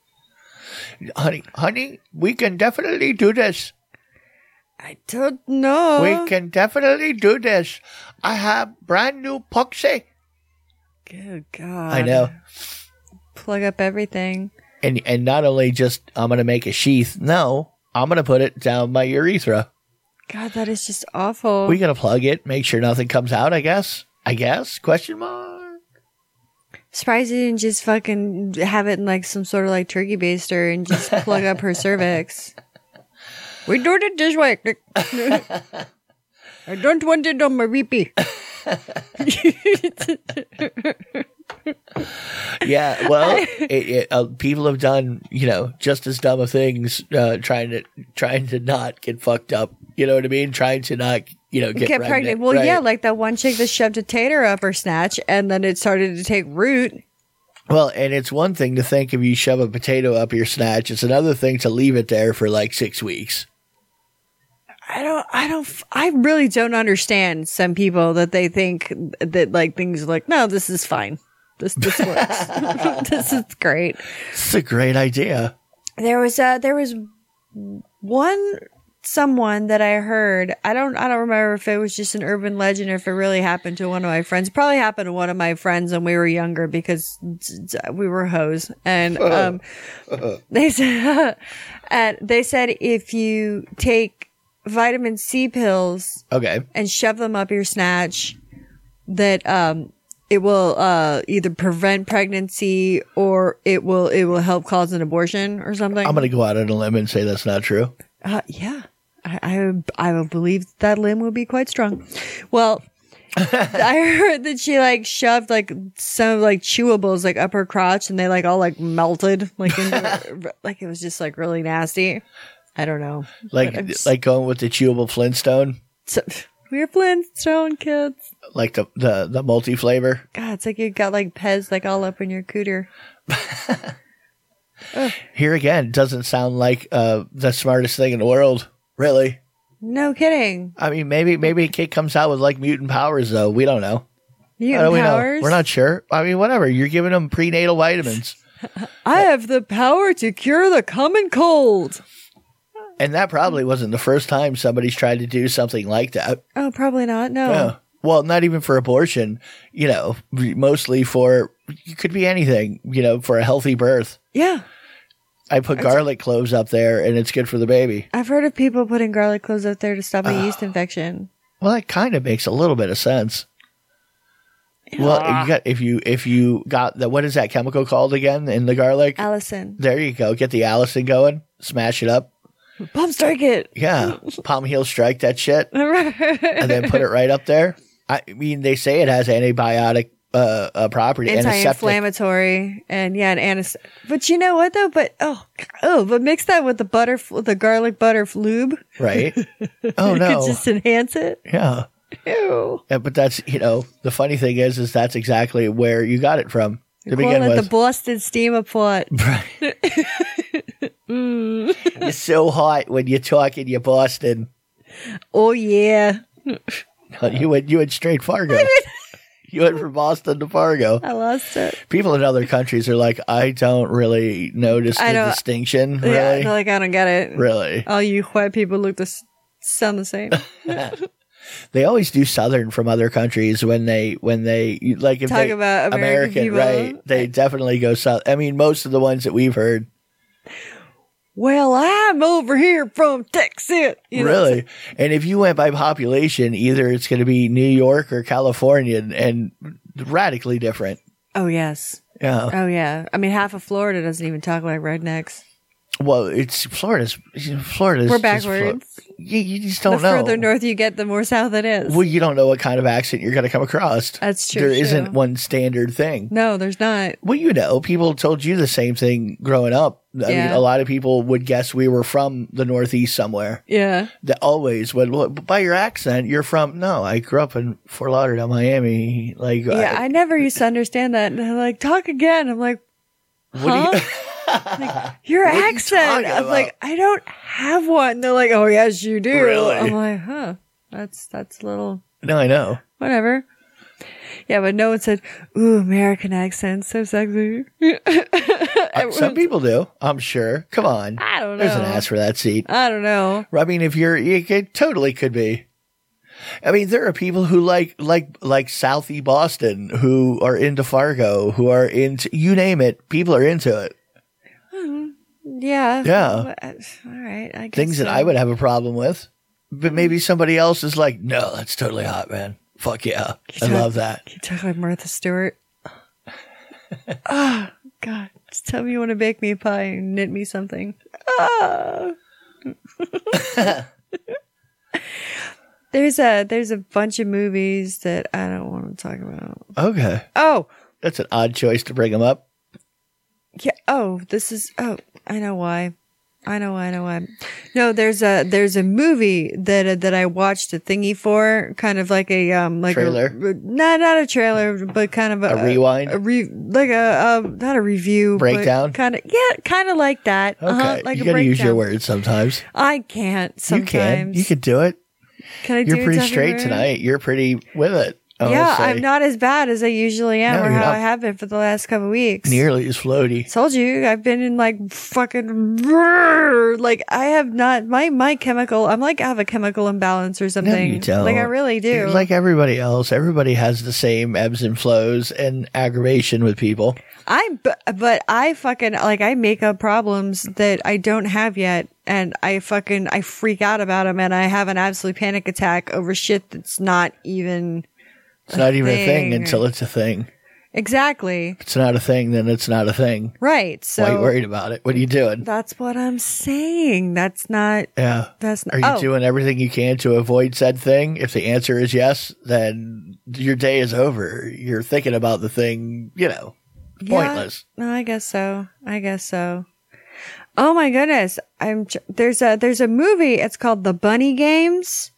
Honey, honey, we can definitely do this.
I don't know.
we can definitely do this. I have brand new epoxy.
Good God!
I know.
Plug up everything.
And and not only just I'm gonna make a sheath. No, I'm gonna put it down my urethra.
God, that is just awful.
We gonna plug it, make sure nothing comes out. I guess. I guess. Question mark.
Surprised you didn't just fucking have it in like some sort of like turkey baster and just plug up her cervix. We do it this way. I don't want it on my weepy.
Yeah, well, it, it, uh, people have done you know just as dumb of things, uh, trying to trying to not get fucked up. You know what I mean? Trying to not you know get
Get
pregnant.
pregnant. Well,
right.
yeah, like that one chick that shoved a tater up her snatch and then it started to take root.
well, and it's one thing to think if you shove a potato up your snatch. It's another thing to leave it there for like six weeks.
I don't, I don't, f- I really don't understand some people that they think that like things are like, no, this is fine. This, this works. this is great.
It's a great idea.
There was uh there was one someone that I heard. I don't I don't remember if it was just an urban legend or if it really happened to one of my friends. It probably happened to one of my friends when we were younger because d- d- we were hoes. And um, they said and they said if you take vitamin C pills
Okay.
and shove them up your snatch, that um it will uh either prevent pregnancy or it will it will help cause an abortion or something.
I'm going to go out on a limb and say that's not true.
Uh, yeah, I, I would- I would believe that limb would be quite strong. Well, I heard that she like shoved like some like chewables like up her crotch, and they like all like melted like into, like it was just like really nasty. I don't know.
Like
I'm s-
like going with the chewable Flintstone,
So, we're Flintstone kids.
like the the, the multi flavor.
God, it's like you got like Pez like all up in your cooter.
Here again, doesn't sound like uh, the smartest thing in the world, really.
No kidding.
I mean, maybe maybe a kid comes out with like mutant powers though. We don't know.
You
How do
got
we
powers.
know? We're not sure. I mean, whatever. You're giving them prenatal vitamins,
I have the power to cure the common cold.
and that probably wasn't the first time somebody's tried to do something like that.
Oh, probably not. No.
Yeah. Well, not even for abortion, you know, mostly for, it could be anything, you know, for a healthy birth.
yeah.
I put garlic cloves up there and it's good for the baby.
I've heard of people putting garlic cloves up there to stop a yeast infection.
Well, that kind of makes a little bit of sense. Well, you got, if you, if you got the, what is that chemical called again in the garlic?
Allison,
there you go. Get the Allison going, smash it up.
pump strike it.
Yeah. Palm heel strike that shit.
Anti
and then put it right up there. I mean, they say it has antibiotic uh, uh property, antiseptic.
inflammatory and yeah, an anis. But you know what though? But oh, oh, but mix that with the butter, the garlic butter lube.
Right? Oh
It
no,
could just enhance it.
yeah.
Ew.
Yeah, but that's you know the funny thing is is that's exactly where you got it from to
Call
begin
it
with.
the Boston steamer plot.
it's so hot when you're talking your Boston.
Oh yeah,
You went you went straight Fargo. you went from Boston to Fargo.
I lost it.
People in other countries are like, I don't really notice
I
the
don't-
distinction.
Yeah,
Really,
they're like I don't get it.
really.
All you white people look the s- sound the same.
They always do Southern from other countries when they when they like if
Talk
they,
about American people.
right? They definitely go South. I mean, most of the ones that we've heard,
well, I'm over here from Texas. You know,
really. and if you went by population, either it's going to be New York or California, and, and radically different.
Oh yes.
Yeah.
Oh yeah. I mean, half of Florida doesn't even talk like rednecks.
Well, it's Florida's. Florida's.
We're
just Flo-
backwards.
you, you just
The
don't know.
further north you get, the more south it is.
Well, you don't know what kind of accent you're going to come across.
That's true,
There
too.
not one standard thing.
no, there's not.
Well, you know, people told you the same thing growing up. I mean,
Yeah.
a lot of people would guess we were from the Northeast somewhere.
Yeah.
That always would well, by your accent, you're from. No, I grew up in Fort Lauderdale, Miami. Like,
Yeah.
I-
I never used to understand that. And they're like, talk again. I'm like, huh? Like, your accent.
talking
I'm like, I don't have one. And they're like, oh yes, you do.
Really?
I'm like, huh. That's that's a little
no, I know.
whatever. Yeah, but no one said, "Ooh, American accent, so sexy."
Uh, Some people do, I'm sure. Come on,
I don't
there's an
know.
ass for that seat.
I don't know.
I mean, if you're, you could, totally could be. I mean, there are people who like, like, like Southie Boston who are into Fargo, who are into, you name it, people are into it.
Yeah. uh,
Yeah.
All right. I guess
Things that
so.
I would have a problem with. But
Mm-hmm.
maybe somebody else is like, no, that's totally hot, man. Fuck yeah. I love that.
You talk like Martha Stewart. oh, God. Just tell me you want to bake me a pie and knit me something. Ah. there's a there's a bunch of movies that I don't want to talk about.
Okay.
Oh,
That's an odd choice to bring them up.
yeah. Oh, this is. Oh, I know why. I know. why, I know why. No, there's a there's a movie that uh, that I watched a thingy for, kind of like a um like
Trailer?
A, not not a trailer, but kind of a,
A rewind?
a re, like a um not a review but
Breakdown?
kind of yeah, kind of like that.
Okay.
Uh-huh, like
you
a
gotta use your
breakdown.
words sometimes.
I can't.
You can.
Sometimes
You can do it.
Can I do
You're
it
pretty
to
straight
everyone?
tonight. You're pretty with it.
yeah,
I'd say
I'm not as bad as I usually am,
No,
or
you're
how
not.
I have been for the last couple weeks.
nearly as floaty.
Told you, I've been in like fucking like I have not my my chemical. I'm like I have a chemical imbalance or
No,
something.
you don't.
Like I really do.
You're like everybody else, everybody has the same ebbs and flows and aggravation with people.
I but, but I fucking like I make up problems that I don't have yet, and I fucking I freak out about them, and I have an absolute panic attack over shit that's not even
It's not even a thing
thing.
until it's a thing.
exactly
If it's not a thing, then it's not a thing.
right.
Why are you
So
worried about it? What are you doing?
that's what I'm saying. That's not.
Yeah.
That's not.
Are you
oh,
doing everything you can to avoid said thing? If the answer is yes, then your day is over. You're thinking about the thing, you know,
yeah.
pointless.
No, I guess so. I guess so. Oh my goodness! I'm tr- there's a there's a movie. It's called The Bunny Games.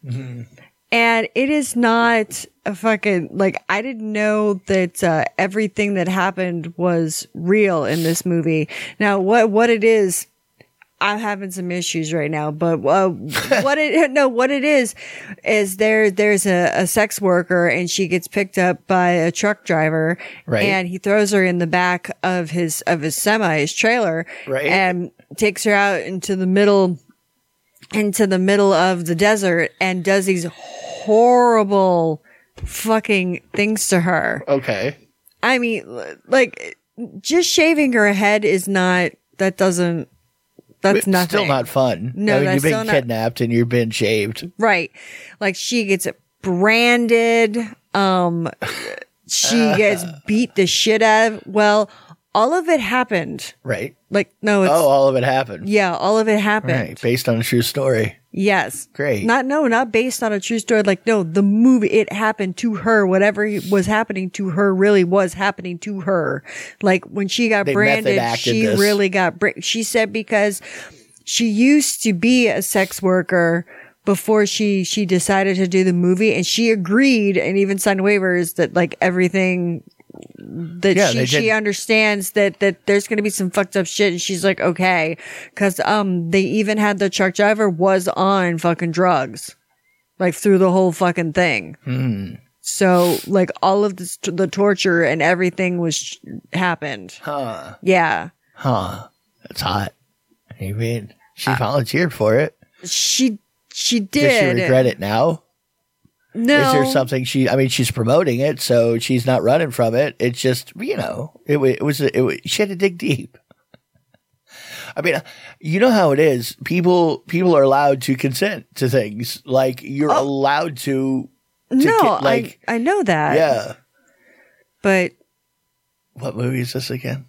and it is not a fucking like I didn't know that uh, everything that happened was real in this movie. Now, what what it is, I'm having some issues right now, but uh, what it no what it is is there there's a, a sex worker and she gets picked up by a truck driver,
Right.
And he throws her in the back of his of his semi his trailer,
Right.
And takes her out into the middle into the middle of the desert and does these horrible fucking things to her.
Okay.
I mean, l- like just shaving her head is not that doesn't that's
It's
nothing.
still not fun.
No,
I mean,
that's
you've
still
been
not-
kidnapped and you've been shaved.
right. Like she gets branded um she gets beat the shit out of. Well, all of it happened.
Right.
Like no, it's
Oh, all of it happened.
yeah, all of it happened.
Right. Based on a true story.
Yes.
Great.
Not no, not based on a true story. Like no, the movie it happened to her. Whatever was happening to her really was happening to her. Like when she got
They
branded,
method acted
she
this.
really got. Bra- she said because she used to be a sex worker before she she decided to do the movie, and she agreed and even signed waivers that like everything that
Yeah,
she,
they did-
she understands that that there's going to be some fucked up shit and she's like okay cuz um they even had the truck driver was on fucking drugs like through the whole fucking thing.
Hmm.
So like all of this the torture and everything was happened.
Huh.
Yeah.
Huh. That's hot. I mean, she volunteered for it.
She she
Does
did.
she regret it now?
No.
Is there something she? I mean, she's promoting it, so she's not running from it. It's just you know, it, wa- it was it, wa- she had to dig deep. I mean, you know how it is. People people are allowed to consent to things. Like you're
Oh.
allowed to. to
no,
get, like
I I know that.
yeah.
But
What movie is this again?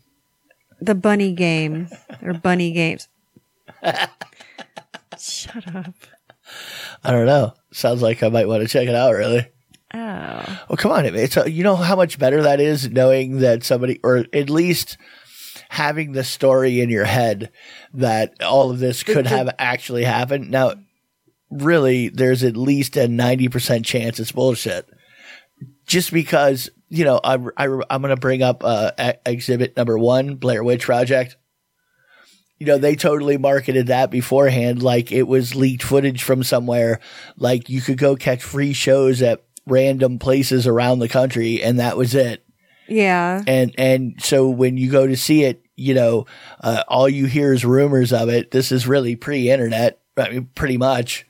the bunny game or bunny games. Shut up.
I don't know. Sounds like I might want to check it out. Really.
Oh.
Well, come on, it's a, you know how much better that is knowing that somebody, or at least having the story in your head that all of this could have actually happened. Now, really, there's at least a ninety percent chance it's bullshit, just because you know I, I I'm going to bring up uh, e- exhibit number one, Blair Witch Project. You know, they totally marketed that beforehand, like it was leaked footage from somewhere. Like you could go catch free shows at random places around the country, and that was it
Yeah.
and and so when you go to see it, you know, uh, all you hear is rumors of it. This is really pre-internet, I mean, pretty much.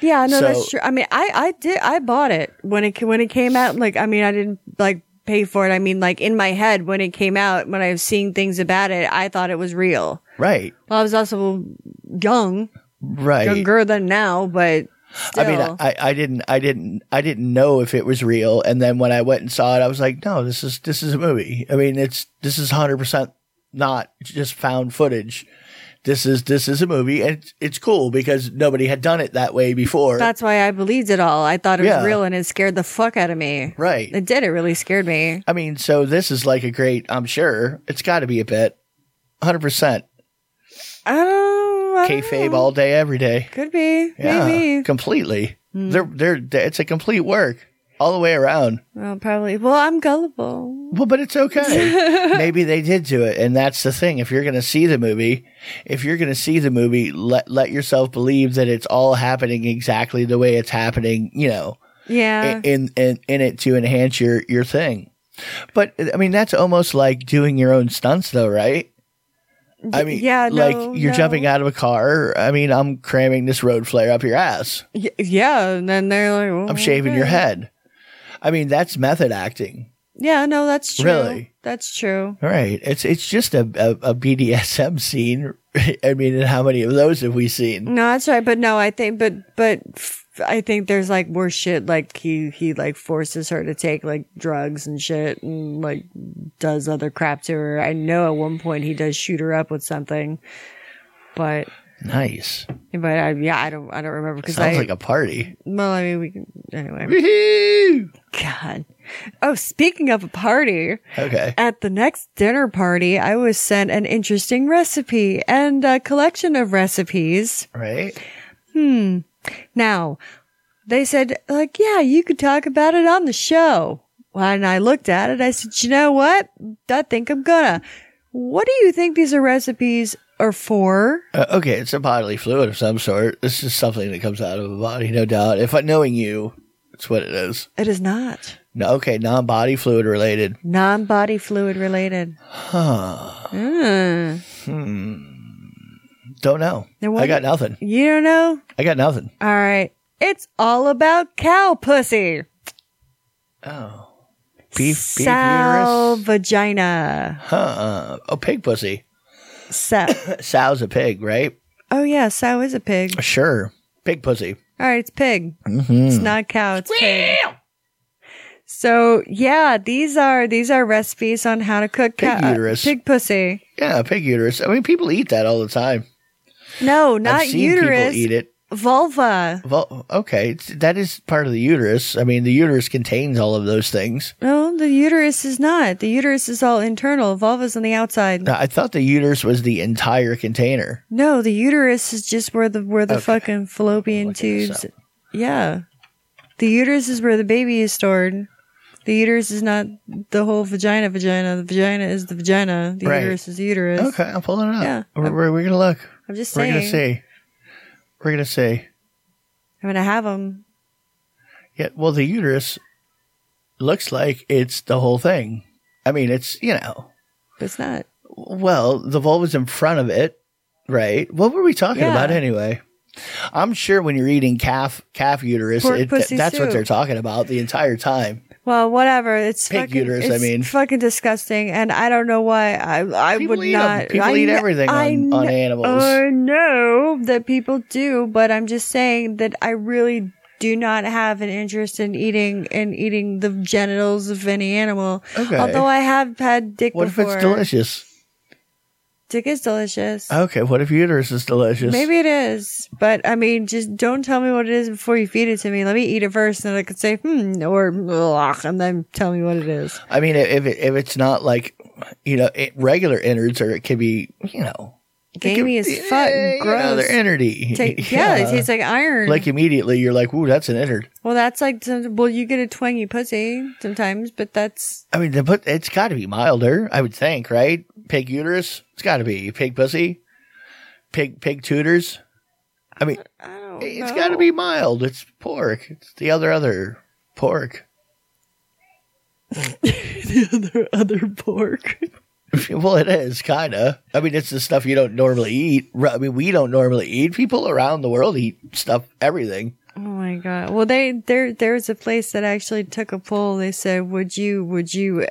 Yeah, no, that's
So-
true. I mean, I, I did, I bought it when it, ca- when it came out. Like, I mean, I didn't like pay for it. I mean, like in my head, when it came out, when I was seeing things about it, I thought it was real.
Right,
Well, I was also young,
right.
younger than now, but still.
I mean, I, I didn't, I didn't, I didn't know if it was real. And then when I went and saw it, I was like, no, this is this is a movie. I mean, it's this is hundred percent not just found footage. This is this is a movie, and it's, it's cool because nobody had done it that way before.
that's why I believed it all. I thought it
Yeah.
was real and it scared the fuck out of me.
right.
It did. It really scared me.
I mean, so this is like a great. I'm sure it's got to be a bit, hundred percent
I don't, I don't
kayfabe
know.
all day, every day.
Could be.
Yeah,
Maybe. Hmm.
completely. They're they're they- it's a complete work all the way around.
Well, probably. Well, I'm gullible.
Well, but it's okay. Maybe they did do it, and that's the thing. If you're going to see the movie, if you're going to see the movie, let let yourself believe that it's all happening exactly the way it's happening. You know,
Yeah.
i- in in in it to enhance your your thing. But I mean, that's almost like doing your own stunts, though, right? I mean,
yeah,
like
no,
you're
no.
jumping out of a car. I mean, I'm cramming this road flare up your ass.
Y- yeah, and then they're like,
I'm
"Well,
shaving your
okay."
head. I mean, that's method acting.
Yeah, no, that's true.
Really?
That's true.
All right, it's it's just a, a, a BDSM scene. I mean, and how many of those have we seen?
No, that's right. But no, I think, but, but f- I think there's like more shit. Like he, he like forces her to take like drugs and shit and like does other crap to her. I know at one point he does shoot her up with something, but,
Nice.
but I, yeah, I don't, I don't remember because I,
Sounds like a party.
well, I mean, we can, anyway. God. Oh, speaking of a party.
Okay.
At the next dinner party, I was sent an interesting recipe and a collection of recipes.
Right.
Now, they said, like, yeah, you could talk about it on the show. And I looked at it. I said, you know what? I think I'm gonna. What do you think these are recipes are for?
Uh, okay, it's a bodily fluid of some sort. This is something that comes out of a body, no doubt. If I knowing you, it's what it is.
It is not
No, okay, non-body fluid related.
non body fluid related. Hmm.
Don't know.
Then what-
I got nothing.
You don't know?
I got nothing.
All right. It's all about cow pussy.
Beef, beef
Sow
uterus.
vagina.
Huh? Oh, pig pussy.
Sow.
Sow's a pig, right?
oh, yeah. Sow is a pig.
Sure. Pig pussy.
All right, it's pig.
Mm-hmm.
It's not cow. It's pig. So yeah, these are these are recipes on how to cook
Pig
cow-
uterus.
pig pussy.
Yeah, pig uterus. I mean, people eat that all the time.
No, not
I've seen
uterus.
People eat it.
Vulva.
Well, okay, it's- that is part of the uterus. I mean, the uterus contains all of those things.
No, the uterus is not. The uterus is all internal. Vulva's on the outside.
Now, I thought the uterus was the entire container.
No, the uterus is just where the where the
Okay.
fucking fallopian
looking this
tubes. Yeah, the uterus is where the baby is stored. The uterus is not the whole vagina. Vagina. The vagina is the vagina. The
Right.
uterus is the uterus.
Okay, I'm pulling it up.
Yeah.
We're, we're, we're gonna look.
I'm just
We're
saying.
gonna see. We're gonna see.
I'm gonna have them.
Yeah. Well, the uterus looks like it's the whole thing. I mean, it's you know.
But it's not.
Well, the vulva's in front of it, right? What were we talking
Yeah.
about anyway? I'm sure when you're eating calf calf uterus,
Pork
it,
pussy
that's what
soup.
they're talking about the entire time.
Well, whatever. It's
Pig
fucking,
uterers, I
it's
mean.
fucking disgusting, and I don't know why. I I
People
would
eat 'em.
not.
People
I,
eat
kn-
everything
I
on- on
kn-
animals.
I know that people do, but I'm just saying that I really do not have an interest in eating in eating the genitals of any animal.
Okay.
Although I have had dick
What
before.
if it's delicious?
Dick is delicious.
Okay, what if uterus is delicious?
Maybe it is, but I mean, just don't tell me what it is before you feed it to me. Let me eat it first, and then I could say hmm or "Ugh," and then tell me what it is.
I mean, if it, if it's not like you know it, regular innards, or it could be you know it could-
Gamey as
yeah,
fuck,
you know,
gross.
they're innardy.
Take, yeah. it tastes like iron.
like immediately you're like, ooh, that's an innard.
well, that's like some- well, you get a twangy pussy sometimes, but that's
I mean, the, but it's got to be milder, I would think, right? Pig uterus, it's got to be pig pussy, pig pig tutors. I mean,
I don't
it's
know.
got to be mild. It's pork. It's the other other pork.
other other pork.
Well, it is kind of. I mean, it's the stuff you don't normally eat. Ru- I mean, we don't normally eat. People around the world eat stuff, everything.
Oh my god! Well, they there there's a place that actually took a poll. They said, "Would you would you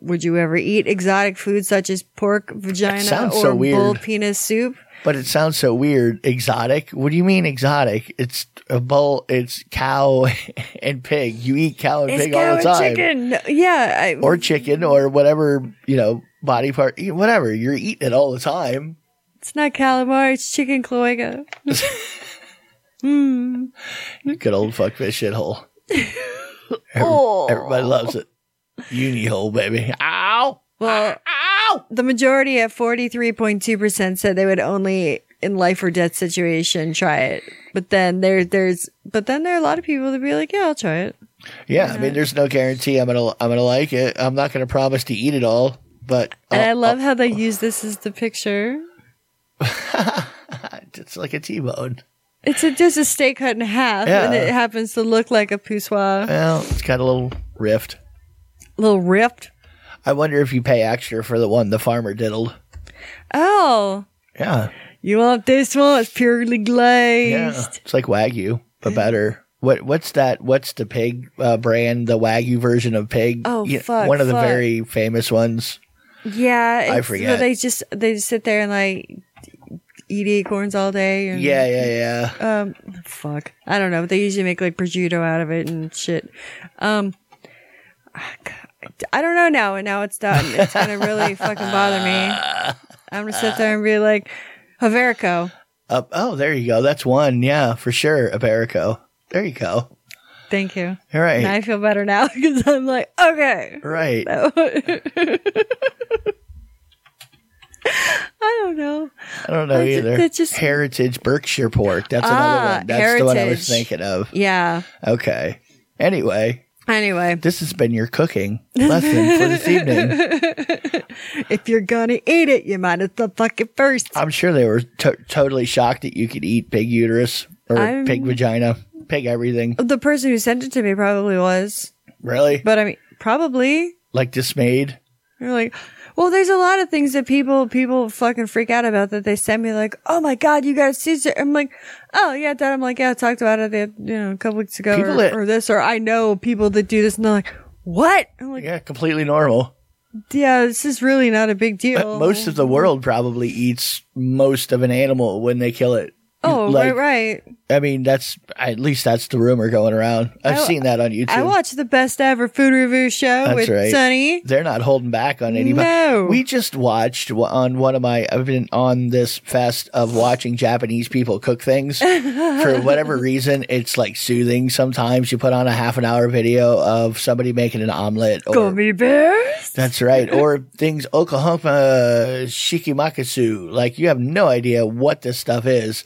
would you ever eat exotic food such as pork vagina or
sounds so weird.
bull penis soup?"
But it sounds so weird. Exotic. What do you mean exotic? It's a bull. It's cow and pig. You eat cow and
It's
pig
cow
all the
and
time,
chicken. No, Yeah, I,
or chicken, or whatever you know, body part, you- whatever. You're eating it all the time.
it's not calamari. It's chicken cloaca.
Good old fuckfish shithole. Every- Everybody loves it. Uni hole, baby. Ow.
Well, the majority at 43.2% said they would only in life or death situation try it. But then there there's but then there are a lot of people that be like, "Yeah, I'll try it."
Yeah, I mean, there's no guarantee I'm gonna I'm gonna like it. I'm not gonna promise to eat it all, but
And I
I'll-
love how they use this as the picture.
I'll- it's like a T-bone.
It's a, just a steak cut in half, and
Yeah.
it happens to look like a poussoir.
Well, it's got a little rift.
little ripped.
I wonder if you pay extra for the one the farmer diddled.
Oh,
Yeah.
you want this one? It's purely
Yeah.
glazed.
It's like Wagyu, but better. What what's that? What's the pig uh, brand? The Wagyu version of pig?
Oh,
You-
fuck,
One of the
fuck.
very famous ones.
Yeah, it's,
forget.
They just they just sit there and like eat acorns all day. And,
Yeah, yeah, yeah.
Um, fuck. I don't know. But they usually make like prosciutto out of it and shit. Um, I don't know now. And now it's done. It's gonna really fucking bother me. I'm gonna sit there and be like, Haverico.
Up. Oh, there you go. That's one. Yeah, for sure. Iberico. There you go.
Thank you.
All right.
And I feel better now because I'm like, okay.
Right.
I don't know.
I don't know
That's-
either.
that's just-
Heritage Berkshire Pork. That's another
Ah,
one. That's the one I was
Heritage.
thinking of.
Yeah.
Okay. Anyway,
Anyway,
this has been your cooking lesson for this evening.
if you're gonna eat it, you might as well fuck it first.
I'm sure they were to- totally shocked that you could eat pig uterus or
I'm-
pig vagina, pig everything.
the person who sent it to me probably was,
Really?
but I mean, probably.
like dismayed?
You're like, well, there's a lot of things that people people fucking freak out about that they send me like, oh my god, you got a Caesar. I'm like, oh yeah, that. I'm like, yeah, I talked about it, the, you know, a couple weeks ago, or,
People that-
or this, or I know people that do this, and they're like, what? I'm like,
Yeah, completely normal.
yeah, this is really not a big deal.
Most of the world probably eats most of an animal when they kill it.
oh
like-
right, right.
I mean, that's at least that's the rumor going around. I've
I-
seen that on YouTube.
I watched the best ever food review show with
right.
Sunny.
They're not holding back on anybody.
No.
We just watched wa- on one of my. I've been on this fest of watching Japanese people cook things. For whatever reason, it's like soothing. Sometimes you put on a half an hour video of somebody making an omelet. Or,
Gummy bears.
That's right. Or things Oklahoma shikimakatsu. Like you have no idea what this stuff is,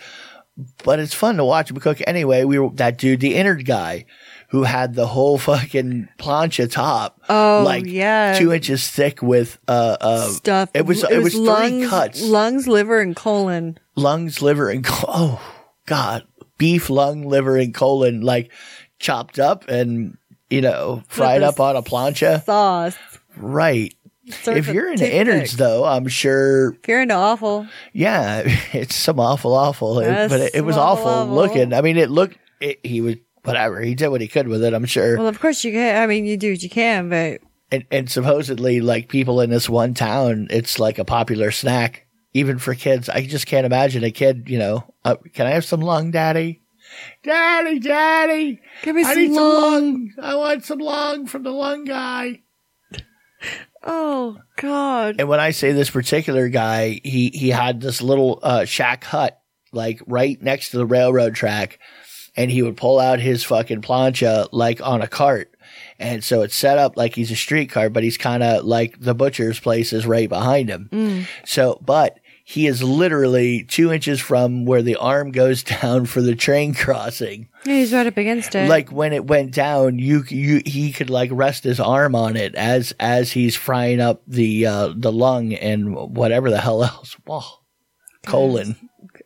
but it's fun to watch him cook. Anyway, we were that dude, the innard guy, who had the whole fucking plancha top,
Oh,
like
yeah.
two inches thick with uh, uh
Stuff.
It was it, was,
lungs,
three cuts:
lungs, liver, and colon.
lungs, liver, and col- oh god, beef, lung, liver, and colon, like chopped up and you know fried
a
up on a plancha.
Sauce.
Right.
Sort
if
of a
you're into
toothpick.
innards, though, I'm sure,
If you're into awful,
yeah, it's some awful, awful. It-
That's
but it, it was
some
awful
awful, awful.
looking. I mean, it looked. It, he was whatever. He did what he could with it. I'm sure.
well, of course you can. I mean, you do what you can, but
and, and supposedly, like people in this one town, it's like a popular snack, even for kids. I just can't imagine a kid. You know, uh, can I have some lung, daddy? Daddy, daddy,
give me
I
some
need
lung.
some lung. I want some lung from the lung guy.
Oh God.
And when I say this particular guy, he he had this little uh, shack hut like right next to the railroad track, and he would pull out his fucking plancha like on a cart. And so it's set up like he's a streetcar, but he's kind of like the butcher's place is right behind him. So, but he is literally two inches from where the arm goes down for the train crossing
Yeah, he's right up against it.
like when it went down you you he could like rest his arm on it as as he's frying up the uh the lung and whatever the hell else Whoa. colon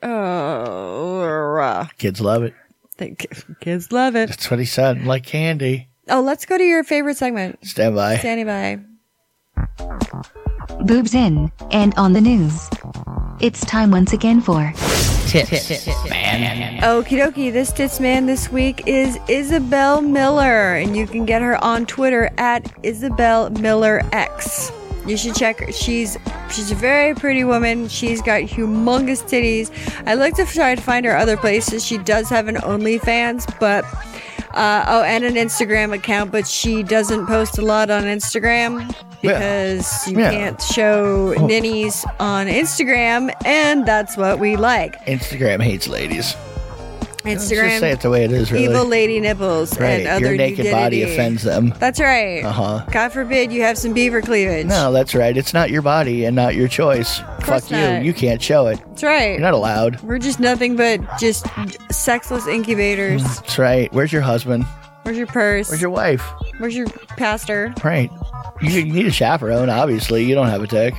oh, rah.
kids love it
Think- kids love it.
that's what he said like candy
Oh, let's go to your favorite segment.
stand by
Standing by.
Boobs in and on the news. It's time once again for
Okie dokie, this Tits Man this week is Isabel Miller, and you can get her on Twitter at Isabel Miller X. You should check her. She's she's a very pretty woman. She's got humongous titties. I like to try to find her other places. She does have an OnlyFans, but uh, oh, and an Instagram account, but she doesn't post a lot on Instagram because you
Yeah. Oh.
can't show ninnies on Instagram, and that's what we like.
instagram hates ladies Let's
Instagram.
just say it the way it is really
Evil lady nipples
right
and
your
other
naked body
nudity.
offends them
That's right.
Uh-huh.
God forbid you have some beaver cleavage.
no that's right it's not your body and not your choice
course
fuck you
not.
you can't show it
That's right.
you're not allowed
We're just nothing but just sexless incubators.
that's right where's your husband
Where's your purse?
Mm. where's your wife
Where's your pastor?
right you, you need a chaperone obviously you don't have a dick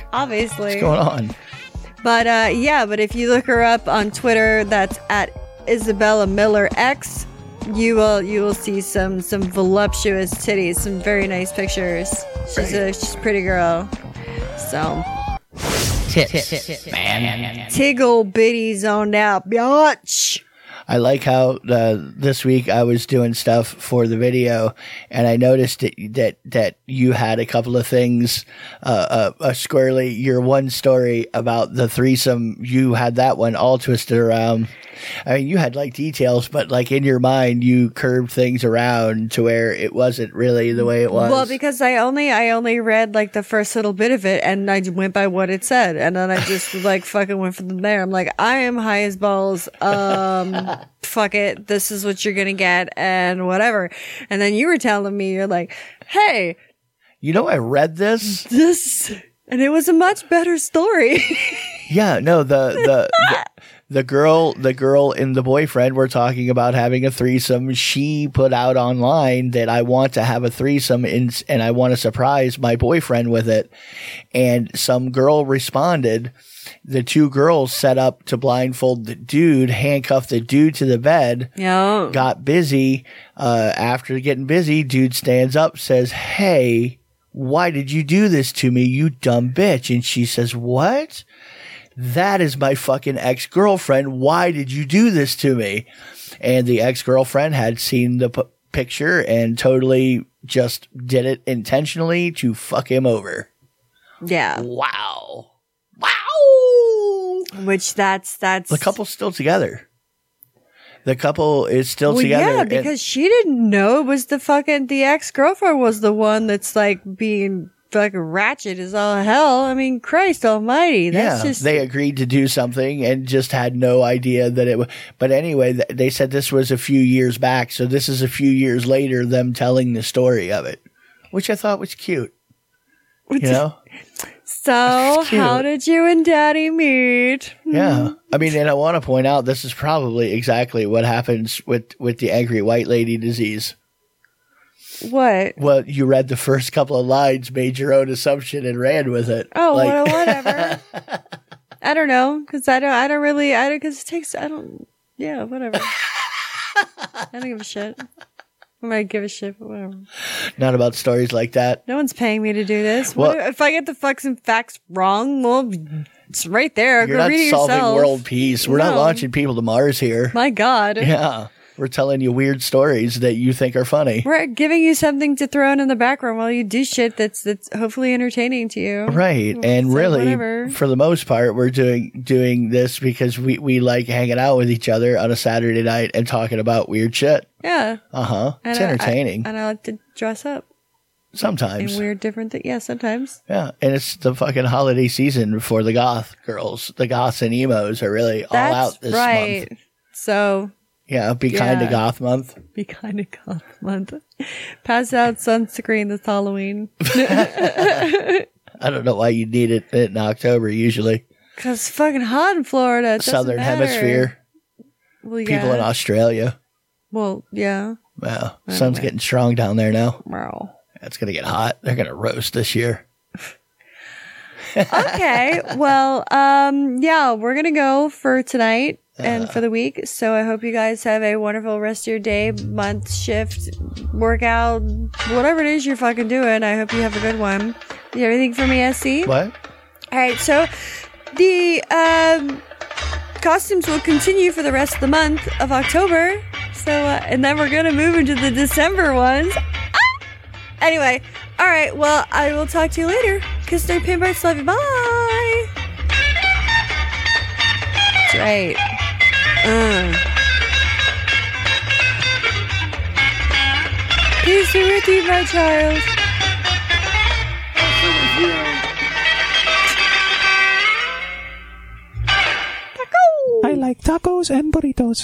What's
Obviously.
going on?
But uh, yeah, but if you look her up on Twitter, that's at Isabella Miller X, you will you will see some some voluptuous titties, some very nice pictures. She's a she's a pretty girl. So Tiggle bitty zoned out, bitch.
I like how uh, this week I was doing stuff for the video, and I noticed that that that you had a couple of things. Uh, uh, uh, squarely, your one story about the threesome, you had that one all twisted around. I mean, you had like details, but like in your mind, you curved things around to where it wasn't really the way it was.
Well, because I only I only read like the first little bit of it, and I went by what it said, and then I just like fucking went from there. I'm like, I am high as balls. Um, fuck it, this is what you're gonna get, and whatever. And then you were telling me, you're like, hey,
you know, I read this.
this, and it was a much better story.
Yeah, no, the the, the the girl the girl and the boyfriend were talking about having a threesome. She put out online that I want to have a threesome and and I want to surprise my boyfriend with it. And some girl responded. The two girls set up to blindfold the dude, handcuff the dude to the bed
yeah,
got busy. Uh, after getting busy, dude stands up, says, Hey, why did you do this to me, you dumb bitch? And she says, What? That is my fucking ex girlfriend. Why did you do this to me? And the ex girlfriend had seen the p- picture and totally just did it intentionally to fuck him over.
yeah.
Wow. Wow.
Which that's that's
The couple's still together. The couple is still
Well,
together.
yeah,
and-
because she didn't know it was the fucking the ex girlfriend was the one that's like being fucking ratchet as all hell. I mean, Christ Almighty, that's
yeah,
just
they agreed to do something and just had no idea that it. wa- But anyway, th- they said this was a few years back, so this is a few years later. Them telling the story of it, which I thought was cute. You know,
so.
cute.
How did you and Daddy meet?
yeah. I mean, and I want to point out this is probably exactly what happens with with the angry white lady disease.
What?
Well, you read the first couple of lines, made your own assumption, and ran with it.
Oh,
Like-
well, whatever. I don't know because I don't. I don't really. I don't because it takes. I don't. Yeah, whatever. I don't give a shit. I might give a shit, but whatever.
not about stories like that.
No one's paying me to do this. What
Well-
if I get the fucks and facts wrong? Well, it's right there.
You're
Go
not
read it
solving
yourself.
world peace. We're not
No.
launching people to Mars here.
My God.
Yeah. We're telling you weird stories that you think are funny.
We're giving you something to throw in, in the background while you do shit that's that's hopefully entertaining to you.
Right. And
So
really
whatever.
for the most part we're doing doing this because we, we like hanging out with each other on a Saturday night and talking about weird shit.
Yeah.
Uh huh. It's
And I-
entertaining.
I, and I like to dress up in
sometimes.
weird different things. Yeah, sometimes.
yeah. And it's the fucking holiday season for the goth girls. The goths and emos are really all out this month.
So
Yeah. Be kind to
Yeah.
goth month.
be kind of goth month. Pass out sunscreen this Halloween.
I don't know why you need it in October usually.
Cause it's fucking hot in Florida. It doesn't
Southern
matter.
hemisphere.
Well,
People
yeah.
in Australia.
Well, yeah.
Wow. Sun's getting strong down there now.
Wow.
It's going to get hot. They're going to roast this year.
Okay. well, um, yeah, we're gonna go for tonight and for the week. So I hope you guys have a wonderful rest of your day, month, shift, workout, whatever it is you're fucking doing. I hope you have a good one. You have anything for me, SC?
What?
All right, so the um, costumes will continue for the rest of the month of October. So, uh, and then we're gonna move into the December ones. Ah! Anyway, all right. Well, I will talk to you later. Kiss no pin bites. Love you. Bye. That's right. Uh. Peace be with you, my child.
I like tacos and burritos.